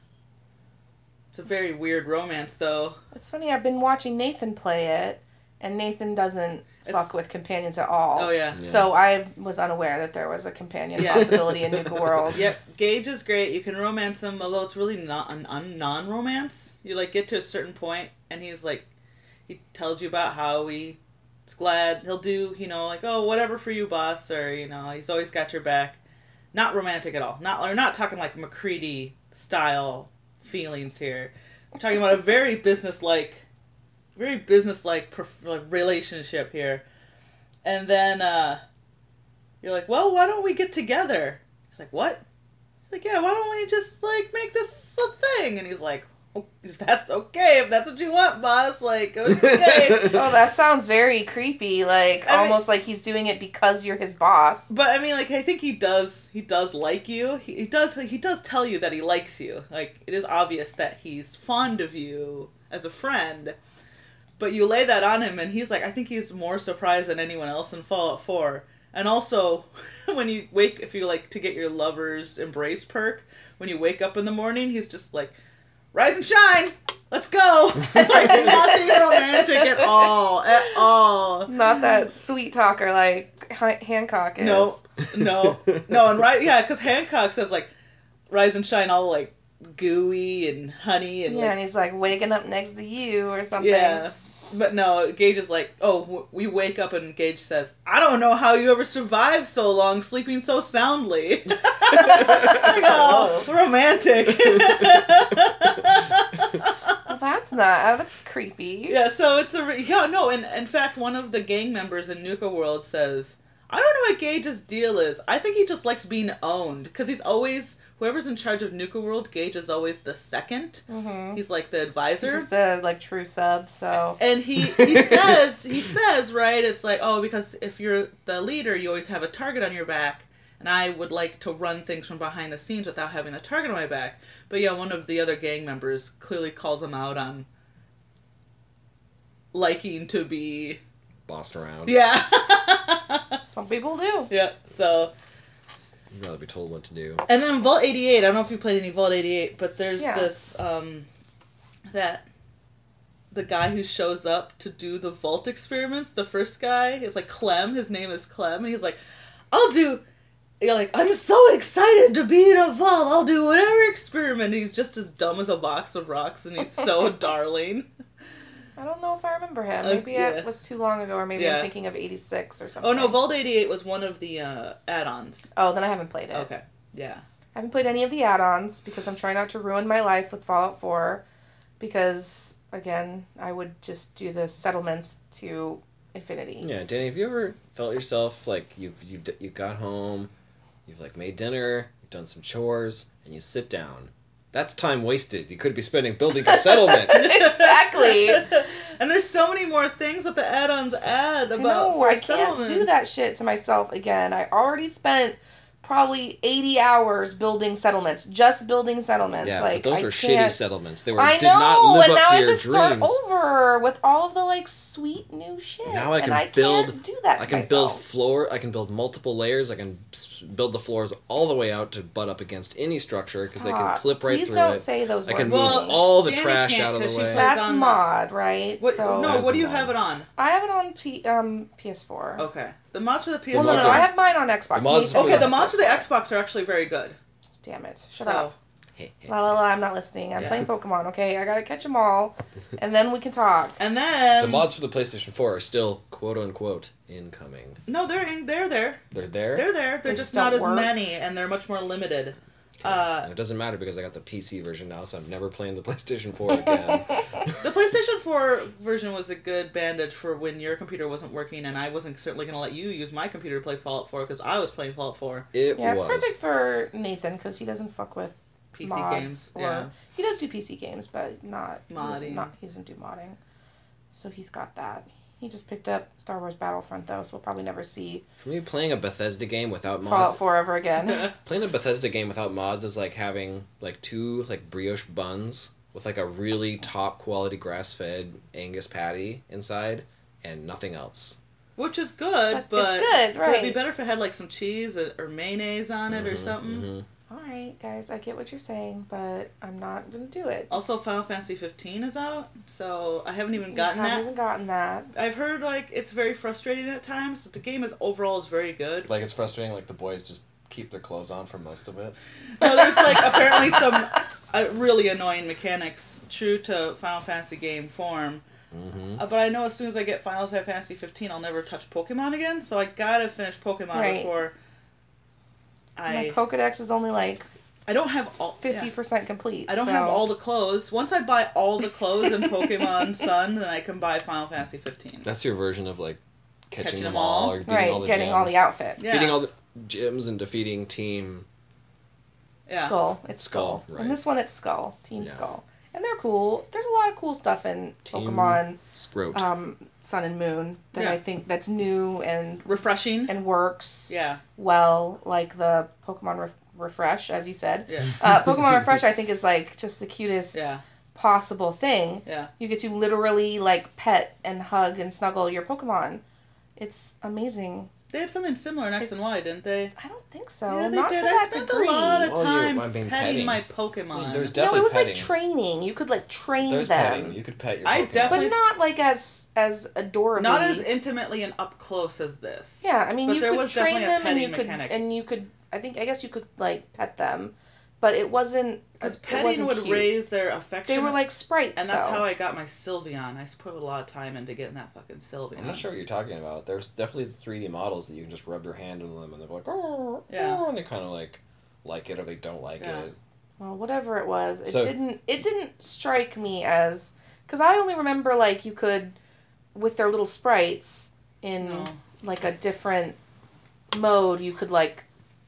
B: It's a very weird romance, though.
C: It's funny. I've been watching Nathan play it, and Nathan doesn't
B: It's-
C: fuck with companions at all.
B: Oh yeah.
A: Yeah.
C: So I was unaware that there was a companion
B: Yeah.
C: possibility in Nuka World.
B: Yep, Gage is great. You can romance him, although it's really not an un- non-romance. You like get to a certain point, and he's like, he tells you about how he's glad he'll do, you know, like oh whatever for you, boss, or you know he's always got your back. Not romantic at all. Not we're not talking like Macready style feelings here. We're talking about a very business-like, very business-like prof- like, relationship here. And then uh, you're like, well, why don't we get together? He's like, what? He's like, yeah, why don't we just like make this a thing? And he's like, oh, if that's okay, if that's what you want, boss, like, okay.
C: Oh, that sounds very creepy. Like
B: I mean-
C: almost like he's doing it because you're his boss.
B: but I mean, like, I think he does, he does like you. He, he does, he does tell you that he likes you. Like, it is obvious that he's fond of you as a friend. But you lay that on him, and he's like, I think he's more surprised than anyone else in Fallout 4. And also, when you wake, if you like to get your lover's embrace perk, when you wake up in the morning, he's just like, rise and shine. Let's go. It's like nothing romantic at all. At all.
C: Not that sweet talker like Han- Hancock is.
B: No, no, no, and right, yeah, because Hancock says like, "Rise and shine," all like gooey and honey and
C: Yeah,
B: like,
C: and he's like waking up next to you or something.
B: yeah. But no, Gage is like, "Oh, w- we wake up," and Gage says, "I don't know how you ever survived so long, sleeping so soundly." Like, oh, romantic.
C: Well, that's not. That's creepy.
B: Yeah, so it's a re- yeah no, and in fact, one of the gang members in Nuka World says, "I don't know what Gage's deal is. I think he just likes being owned because he's always whoever's in charge of Nuka World. Gage is always the 2nd
C: Mhm.
B: He's like the
C: He's
B: advisor."
C: just a like true sub, so
B: and he, he says he says right it's like oh because if you're the leader you always have a target on your back and i would like to run things from behind the scenes without having a target on my back but yeah one of the other gang members clearly calls him out on liking to be
A: Bossed around.
B: yeah
C: some people do.
B: yeah so
A: You'd rather be told what to do.
B: And then Vault 88, I don't know if you played any Vault 88, but there's
C: Yeah.
B: this um that the guy who shows up to do the vault experiments, the first guy is like Clem, his name is Clem, and he's like, I'll do you're like, I'm so excited to be in a vault, I'll do whatever experiment. He's just as dumb as a box of rocks and he's so darling.
C: I don't know if I remember him.
B: Uh,
C: Maybe
B: yeah.
C: it was too long ago, or maybe
B: Yeah.
C: I'm thinking of '86 or something.
B: Oh no, Vault 88 was one of the uh add ons.
C: Oh, then I haven't played it.
B: Okay. Yeah.
C: I haven't played any of the add-ons because I'm trying not to ruin my life with Fallout 4 because again, I would just do the settlements to infinity.
A: Yeah, Danny, have you ever felt yourself like you've you've d- you got home, you've like made dinner, you've done some chores, and you sit down? That's time wasted. You could be spending building a settlement.
C: Exactly.
B: and there's so many more things that the add-ons add
C: I
B: about.
C: know,
B: for
C: I can't do
B: settlements.
C: that shit to myself again. I already spent probably 80 hours building settlements, just building settlements.
A: yeah,
C: like
A: but those
C: I
A: were shitty
C: can't-
A: settlements. They were
C: I
A: did not
C: know,
A: live
C: and now
A: up
C: I
A: to
C: have
A: your
C: to start
A: dreams.
C: over with all of the like sweet new shit.
A: Now I can
C: and I
A: build-
C: Can't do that. To
A: I can build
C: myself.
A: floor. I can build multiple layers. I can s- build the floors all the way out to butt up against any structure because they can
C: Stop.
A: clip right
C: Please
A: through
C: don't
A: it.
C: say those
A: I
C: words.
A: can move
B: Well,
A: all the
B: Danny
A: trash
B: can't
A: out of
B: 'cause
A: the
B: she
A: way.
B: plays-
C: That's
B: on the-
C: mod, right?
B: What,
C: so
B: no,
A: That's
B: what do you
A: a
B: have it on?
C: I have it on P, um, PS4.
B: Okay, the mods for the PS4.
C: Well, no, no,
A: mods
C: no,
A: are-
C: I have mine on Xbox.
A: The mods
C: Me-
A: are-
B: okay, the mods for the Xbox are actually very good.
C: Damn it! Shut
B: so,
C: up. La la la! I'm not listening. I'm
A: Yeah.
C: playing Pokemon. Okay, I gotta catch them all, and then we can talk.
B: and then
A: the mods for the PlayStation Four are still quote unquote incoming.
B: No, they're in, they're there.
A: They're there.
B: They're there. They're
C: They
B: just
C: just
B: not
C: don't
B: as
C: work.
B: many, and they're much more limited. Uh,
A: And it doesn't matter because I got the PC version now, so I'm never playing the PlayStation 4 again.
B: the PlayStation 4 version was a good bandage for when your computer wasn't working, and I wasn't certainly going to let you use my computer to play Fallout 4 because I was playing Fallout 4
A: It
C: Yeah, it's
A: was.
C: perfect for Nathan because he doesn't fuck with
B: PC
C: mods
B: games.
C: or
B: Yeah.
C: he does do PC games, but not he doesn't-
B: Modding.
C: not- he doesn't do modding, so he's got that. He just picked up Star Wars Battlefront though, so we'll probably never see
A: For me, playing a Bethesda game without mods,
C: Fallout 4 ever again.
A: playing a Bethesda game without mods is like having like two like brioche buns with like a really top quality grass fed Angus patty inside and nothing else.
B: Which is good,
C: But it's
B: but
C: good,
B: but It'd be
C: right.
B: better if it had like some cheese or or mayonnaise on
A: Mm-hmm,
B: it or something.
C: all right, guys, I get what you're saying, but I'm not gonna do it.
B: Also, Final Fantasy 15 is out, so I haven't even
C: We
B: gotten
C: haven't
B: that.
C: even gotten that.
B: I've heard like it's very frustrating at times. That the game is overall is very good.
A: Like it's frustrating. Like the boys just keep their clothes on for most of it.
B: No, there's like apparently some uh, really annoying mechanics true to Final Fantasy game form. Uh, but I know as soon as I get Final Fantasy 15, I'll never touch Pokemon again. So I gotta finish Pokemon
C: Right.
B: before.
C: My
B: I
C: Pokedex is only like
B: I don't have all yeah.
C: fifty percent complete.
B: I don't
C: so-
B: have all the clothes. Once I buy all the clothes in Pokemon Sun, then I can buy Final Fantasy 15.
A: That's your version of like catching,
B: Catching
A: them
B: them
A: all,
B: all.
A: or beating
C: right,
A: all the
C: getting
A: gyms.
C: all the outfits.
B: Yeah.
A: Beating all the gyms and defeating team.
B: Yeah.
C: Skull. It's
A: Skull,
C: Skull.
A: right.
C: And this one, it's Skull. Team
A: Yeah.
C: Skull. And they're cool. There's a lot of cool stuff in
A: Team-
C: Pokemon
A: Scrote.
C: um, Sun and Moon that
B: Yeah.
C: I think that's new and
B: Refreshing.
C: and works
B: yeah.
C: well, like the Pokemon ref- Refresh, as you said.
B: Yeah.
C: Uh, Pokemon Refresh, I think, is like just the cutest
B: Yeah.
C: possible thing.
B: Yeah.
C: You get to literally like pet and hug and snuggle your Pokemon. It's amazing.
B: They had something similar in X and Y, didn't they?
C: I don't think so.
B: yeah, they
C: Not
B: did.
C: to
B: I
C: that
B: spent
C: degree.
B: a lot of
A: Well, you-
B: time
A: I mean,
B: petting,
A: petting.
B: my Pokemon.
A: There's
C: no,
A: definitely
C: it was
A: petting.
C: like training. You could like train
A: There's
C: them,
A: petting. You could pet your.
B: I
A: Pokemon.
C: but
B: definitely-
C: not like as as adorably.
B: Not as intimately and up close as this.
C: Yeah, I mean,
B: But
C: you
B: there
C: could
B: was
C: train
B: definitely a
C: them, and you
B: petting
C: could,
B: mechanic.
C: and you could. I think, I guess you could like pet them, but it wasn't
B: Because
C: it
B: petting
C: wasn't
B: would
C: cute.
B: raise their affection.
C: They were like sprites,
B: and that's
C: though.
B: how I got my Sylveon. I put a lot of time into getting that fucking Sylveon.
A: I'm not sure what you're talking about. There's definitely the 3D models that you can just rub your hand into them and they're like, oh,
B: Yeah.
A: and they kind of like like it or they don't like
B: Yeah.
A: it.
C: well, whatever it was, it
A: So-
C: didn't. It didn't strike me as because I only remember like you could with their little sprites in
B: No.
C: like a different mode. You could like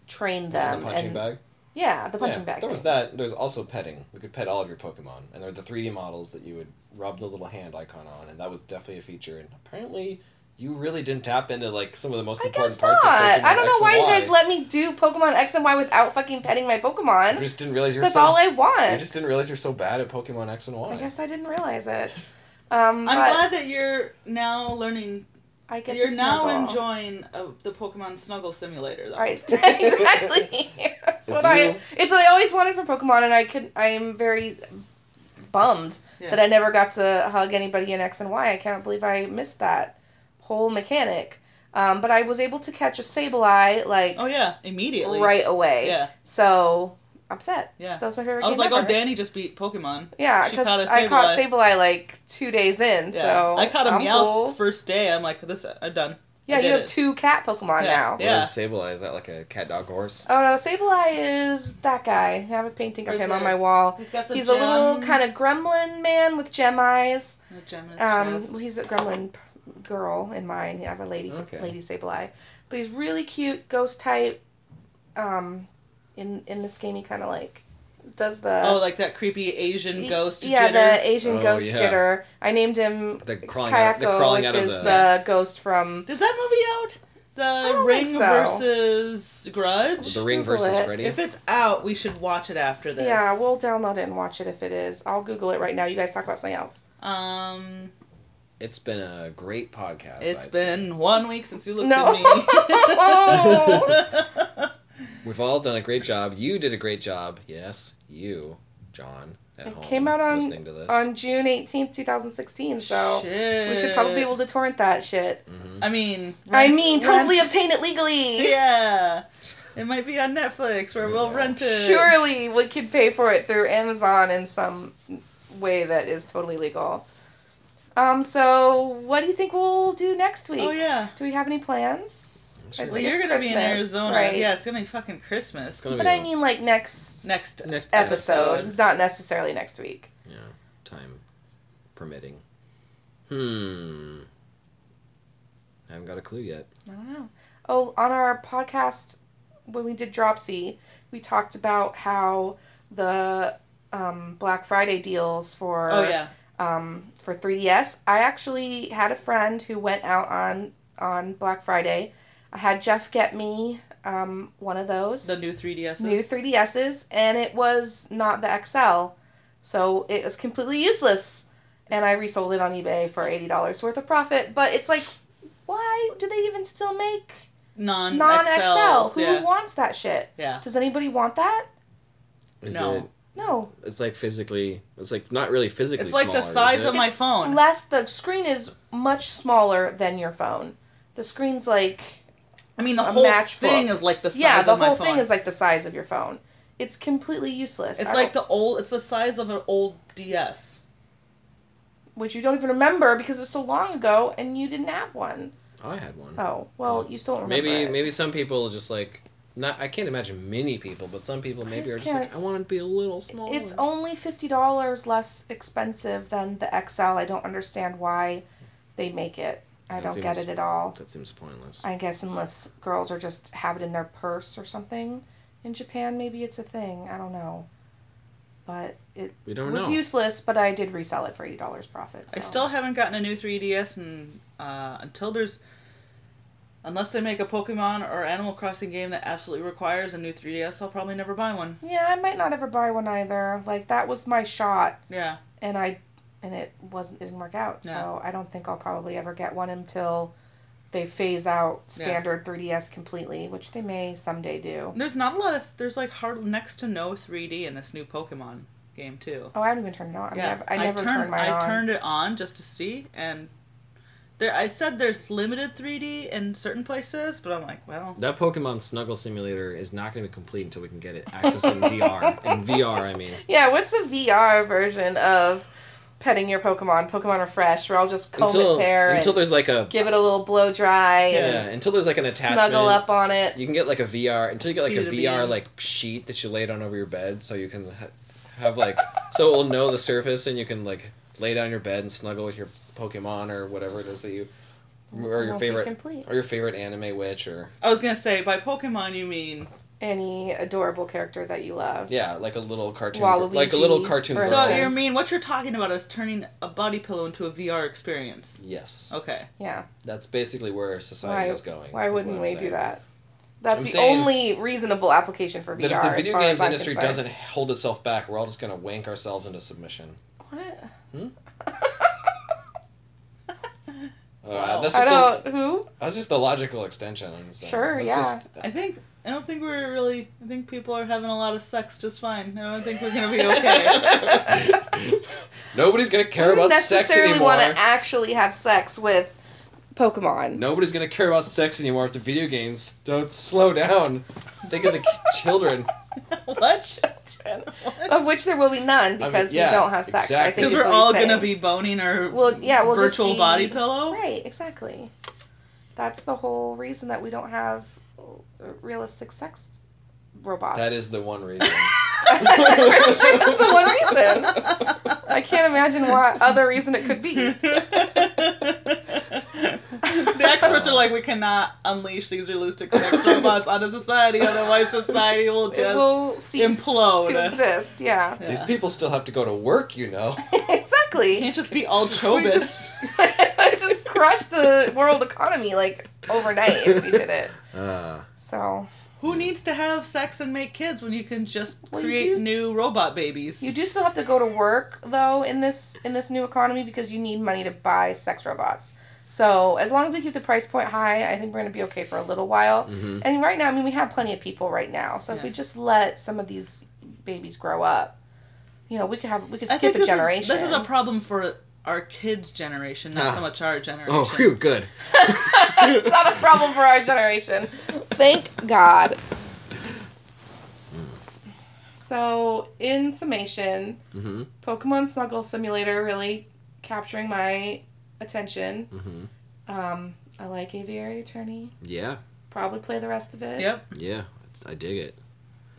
C: train them
A: And the punching
C: and
A: bag.
C: yeah, the punching
A: yeah,
C: bag.
A: There was
C: thing.
A: that. There was also petting. You could pet all of your Pokemon, and there were the 3D models that you would rub the little hand icon on, and that was definitely a feature. And apparently, you really didn't tap into like some of the most
C: I
A: important
C: guess
A: parts
C: not.
A: of Pokemon
C: I don't know
A: X
C: why
A: and
C: you
A: Y.
C: guys let me do Pokemon X and Y without fucking petting my
A: You
C: Pokemon.
A: just didn't realize you were
C: That's
A: so.
C: all I want.
A: you just didn't realize you're so bad at Pokemon X and Y.
C: I guess I didn't realize it. Um,
B: I'm
C: but
B: glad that you're now learning.
C: I get
B: You're
C: to
B: now
C: snuggle.
B: enjoying uh, the Pokemon Snuggle Simulator, though.
C: Right, exactly. That's
A: If
C: what I.
A: you-
C: It's what I always wanted from Pokemon, and I could. I am very bummed
B: Yeah.
C: that I never got to hug anybody in X and Y. I can't believe I missed that whole mechanic. Um, but I was able to catch a Sableye like
B: Oh yeah, immediately.
C: right away.
B: Yeah.
C: So upset.
B: Yeah.
C: So it's my favorite.
B: I was
C: game
B: like,
C: ever.
B: oh, Danny just beat Pokemon.
C: Yeah,
B: she
C: because
B: caught a
C: I caught
B: Sableye.
C: Sableye like two days in.
B: Yeah.
C: So
B: I caught a
C: I'm
B: meow
C: cool.
B: first day. I'm like, this, I'm done.
C: Yeah,
B: I
C: you
B: did
C: have
B: it.
C: two cat Pokemon
B: Yeah.
C: now.
A: What
B: Yeah.
A: is Sableye? Is that like a cat, dog, horse?
C: Oh no, Sableye is that guy. I have a painting of
B: Right
C: him on
B: there.
C: my wall.
B: He's got the
C: He's a little kind of gremlin man with gem eyes.
B: of gem in his
C: Um,
B: chest.
C: well, he's a gremlin p- girl in mine. I have a lady,
A: Okay.
C: lady Sableye, but he's really cute, ghost type. Um, in in this game, he kind of like does the
B: Oh, like that creepy Asian
C: he-
B: ghost
C: Yeah,
B: jitter.
C: the Asian
A: Oh,
C: ghost
A: yeah.
C: jitter. I named him
A: The crawling out, the
C: Kayako,
A: crawling
C: which
A: out of
C: is
A: the-
C: the ghost from
B: Is that movie out? The
C: don't
B: Ring
C: think so.
B: versus Grudge.
A: The Ring
C: Google
A: versus
C: it.
A: Freddy.
B: If it's out, we should watch it after this.
C: Yeah, we'll download it and watch it if it is. I'll Google it right now. You guys talk about something else.
B: Um,
A: It's been a great podcast.
B: it's
A: I'd say.
B: been one week since you looked
C: No.
B: at me.
A: We've all done a great job. You did a great job. Yes, you, John, at
C: It
A: home.
C: came out on-
A: listening to this.
C: On June 18th, 2016, so
B: Shit.
C: we should probably be able to torrent that shit.
A: Mhm.
B: I mean,
C: I
B: rent-
C: mean, totally
B: rent-
C: obtain it legally.
B: Yeah, it might be on Netflix where we'll rent it.
C: Surely we could pay for it through Amazon in some way that is totally legal. Um, so what do you think we'll do next week?
B: Oh yeah.
C: Do we have any plans?
A: I'm
C: I
A: sure
C: think
B: Well,
C: it's
B: you're gonna be in
C: Christmas,
B: Arizona.
C: right?
B: Yeah, it's gonna be fucking Christmas.
A: It's gonna
C: But
A: be
C: I
A: a
C: mean, like next
B: Next.
A: next
C: episode, not necessarily next week.
A: Yeah, time permitting. Hmm. I haven't got a clue yet.
C: I don't know. Oh, on our podcast when we did Dropsy, we talked about how the um, Black Friday deals for
B: Oh yeah.
C: um, for 3DS. I actually had a friend who went out on on Black Friday. I had Jeff get me um, one of those
B: The new 3DSs.
C: new 3DSs, and it was not the XL, so it was completely useless. And I resold it on eBay for eighty dollars worth of profit. But it's like, why do they even still make
B: non
C: non XL? Who
B: Yeah.
C: wants that shit?
B: yeah.
C: Does anybody want that?
A: Is
B: No.
A: it?
C: No.
A: It's like physically. It's like not really physically.
B: It's like the
A: smaller,
B: size
A: is
B: of
A: it?
B: my
C: It's
B: phone.
C: Less the screen is much smaller than your phone. The screen's like
B: I mean, the
C: a
B: whole
C: matchbook.
B: thing is like the size
C: yeah, the
B: of my
C: whole
B: phone.
C: thing is like the size of your phone. It's completely useless.
B: It's
C: I
B: like
C: don't-
B: the old. It's the size of an old DS.
C: which you don't even remember because it was so long ago and you didn't have one.
A: I had one.
C: Oh well, you still don't remember.
A: maybe
C: it.
A: maybe some people just like. Not, I can't imagine many people, but some people maybe
C: just
A: are just like,
C: can't-
A: I want to be a little smaller.
C: It's only fifty dollars less expensive than the XL. I don't understand why they make it. I
A: That
C: don't get
A: seems-
C: it at all.
A: that seems pointless.
C: I guess unless girls are just have it in their purse or something. In Japan, maybe it's a thing. I don't know. But it
A: we don't
C: was
A: know.
C: useless. But I did resell it for eighty dollars profit.
B: I
C: so.
B: still haven't gotten a new 3DS, and uh, until there's, unless they make a Pokemon or Animal Crossing game that absolutely requires a new 3DS, I'll probably never buy one.
C: Yeah, I might not ever buy one either. Like that was my shot,
B: Yeah,
C: and I, and it wasn't it didn't work out.
B: No.
C: So I don't think I'll probably ever get one until they phase out
B: Yeah.
C: standard 3DS completely, which they may someday do.
B: There's not a lot of there's like hard next to no 3D in this new Pokemon game too.
C: Oh, I haven't even turned it on. Yeah. I, never turned, mine
B: I
C: on.
B: turned it on just to see, and there I said there's limited 3D in certain places, but I'm like, well,
A: That Pokemon Snuggle Simulator is not going to be complete until we can get it access in DR and VR. I mean,
C: Yeah, what's the VR version of petting your Pokemon, Pokemon Refresh, where I'll just comb
A: until
C: its hair
A: until
C: and
A: there's like a
C: give it a little blow dry
A: yeah, until there's like an
C: and
A: attachment.
C: snuggle up on it?
A: You can get like a VR until you get like a
B: Feed it a
A: VR
B: bean.
A: like sheet that you lay down over your bed, so you can ha- have like so it will know the surface and you can like lay down your bed and snuggle with your Pokemon or whatever it is that you or your
C: Won't be
A: favorite
C: complete.
A: or your favorite anime witch or
B: I was gonna say by Pokemon you mean
C: Any adorable character that you love.
A: yeah, like a little cartoon,
C: Waluigi,
A: like a little cartoon.
C: for
A: girl.
B: so
C: instance.
B: you mean what you're talking about is turning a body pillow into a VR experience.
A: Yes,
B: Okay,
C: Yeah.
A: that's basically where society
C: Why,
A: is going.
C: why
A: is what
C: wouldn't
A: I'm
C: we
A: saying.
C: do that? That's
A: I'm
C: the
A: saying
C: only reasonable application for VR.
A: That if the
C: as
A: video
C: far as
A: games
C: I'm
A: industry
C: concerned.
A: doesn't hold itself back, we're all just gonna wank ourselves into submission.
C: What?
A: Uh,
B: Wow.
A: That's
C: I
A: just the,
C: don't. Who?
A: that's just the logical extension. I'm saying.
C: Sure,
A: That's
C: yeah.
A: just-
B: I think I don't think we're really. I think people are having a lot of sex just fine. I don't think we're gonna be okay.
A: Nobody's gonna care
C: Who
A: about sex
C: necessarily
A: anymore.
C: want to actually have sex with Pokemon.
A: Nobody's gonna care about sex anymore if the video games don't slow down. Think of the ki- children.
B: what?
C: Of which there will be none because
A: yeah,
C: we don't have sex. I
A: exactly.
C: think
B: Because
C: is
B: we're
C: what
B: all
C: he's
B: gonna
C: saying.
B: be boning our
C: Well, yeah, we'll just
B: virtual
C: be-
B: body pillow.
C: right. Exactly. That's the whole reason that we don't have uh, realistic sex robots.
A: That is the one reason.
C: That's the one reason. I can't imagine what other reason it could be.
B: the experts are like, we cannot unleash these realistic sex robots onto society, otherwise society will
C: it
B: just.
C: will cease
B: implode.
C: to exist. Yeah,
A: These
B: Yeah.
A: people still have to go to work, you know.
C: exactly.
B: Can't just be all
C: We
B: chobits.
C: just just crush the world economy like overnight if we did it.
A: Uh,
C: So
B: Who needs to have sex and make kids when you can just
C: Well, you
B: create
C: do-
B: new robot babies?
C: you do still have to go to work though in this in this new economy because you need money to buy sex robots. So as long as we keep the price point high, I think we're gonna be okay for a little while.
A: Mhm.
C: And right now, I mean, we have plenty of people right now. So if we
B: Yeah.
C: just let some of these babies grow up, you know, we could have we could
B: I think
C: skip a
B: this is-
C: generation.
B: this is a problem for our kids' generation, not
A: Ah.
B: so much our generation.
A: oh, phew, good.
C: it's not a problem for our generation. Thank God. So, in summation,
A: Mm-hmm.
C: Pokemon Snuggle Simulator really capturing my attention.
A: Mm-hmm.
C: Um, I like Aviary Attorney.
A: Yeah,
C: Probably play the rest of it.
B: Yep.
A: yeah. it's- I dig it.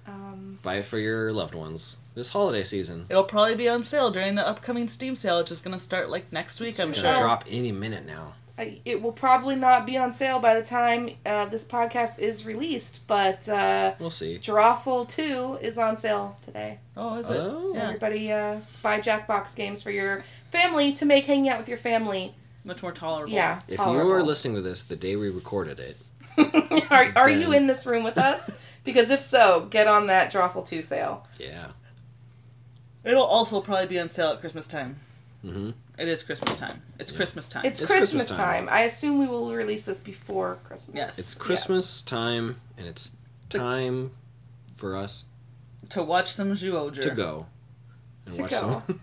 C: Um,
A: Buy it for your loved ones this holiday season.
B: It'll probably be on sale during the upcoming Steam sale, which is going to start like next week, I'm
A: It's
B: sure.
A: gonna drop any minute now.
C: I, it will probably not be on sale by the time uh, this podcast is released, but uh,
A: We'll see.
C: Drawful 2 is on sale today.
B: Oh, is it?
A: Oh.
C: So
B: Yeah.
C: everybody uh, buy Jackbox games for your family to make hanging out with your family.
B: Much more tolerable.
C: Yeah,
A: If you
C: tolerable.
A: were listening to this the day we recorded it,
C: are, are you
A: Then-
C: in this room with us? Because if so, get on that Drawful two sale.
A: yeah.
B: It'll also probably be on sale at Christmas time.
A: Mm-hmm.
B: It is Christmas time. It's
A: Yeah.
B: Christmas time.
C: It's,
A: It's
C: Christmas,
A: Christmas
C: time.
A: time.
C: I assume we will release this before Christmas.
B: yes.
A: It's Christmas time, and it's time for us
B: to watch some Zhuoger.
A: to go and
C: To
A: watch
C: go.
A: some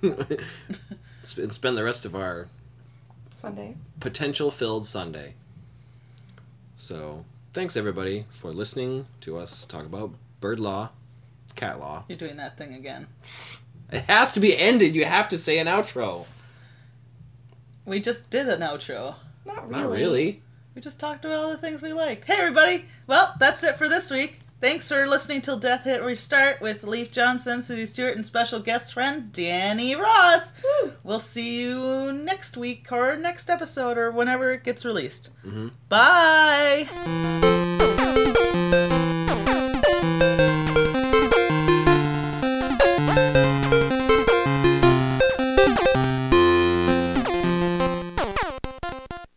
A: Sp- and spend the rest of our
C: Sunday.
A: potential filled Sunday. So thanks everybody for listening to us talk about bird law, cat law.
B: You're doing that thing again.
A: It has to be ended. You have to say an outro.
B: We just did an outro.
C: Not really.
A: Not really.
B: We just talked about all the things we liked. Hey, everybody! Well, that's it for this week. Thanks for listening till Death Hit Restart with Leaf Johnson, Susie Stewart, and special guest friend Danny Ross.
C: Woo.
B: We'll see you next week or next episode or whenever it gets released.
A: Mhm.
B: Bye!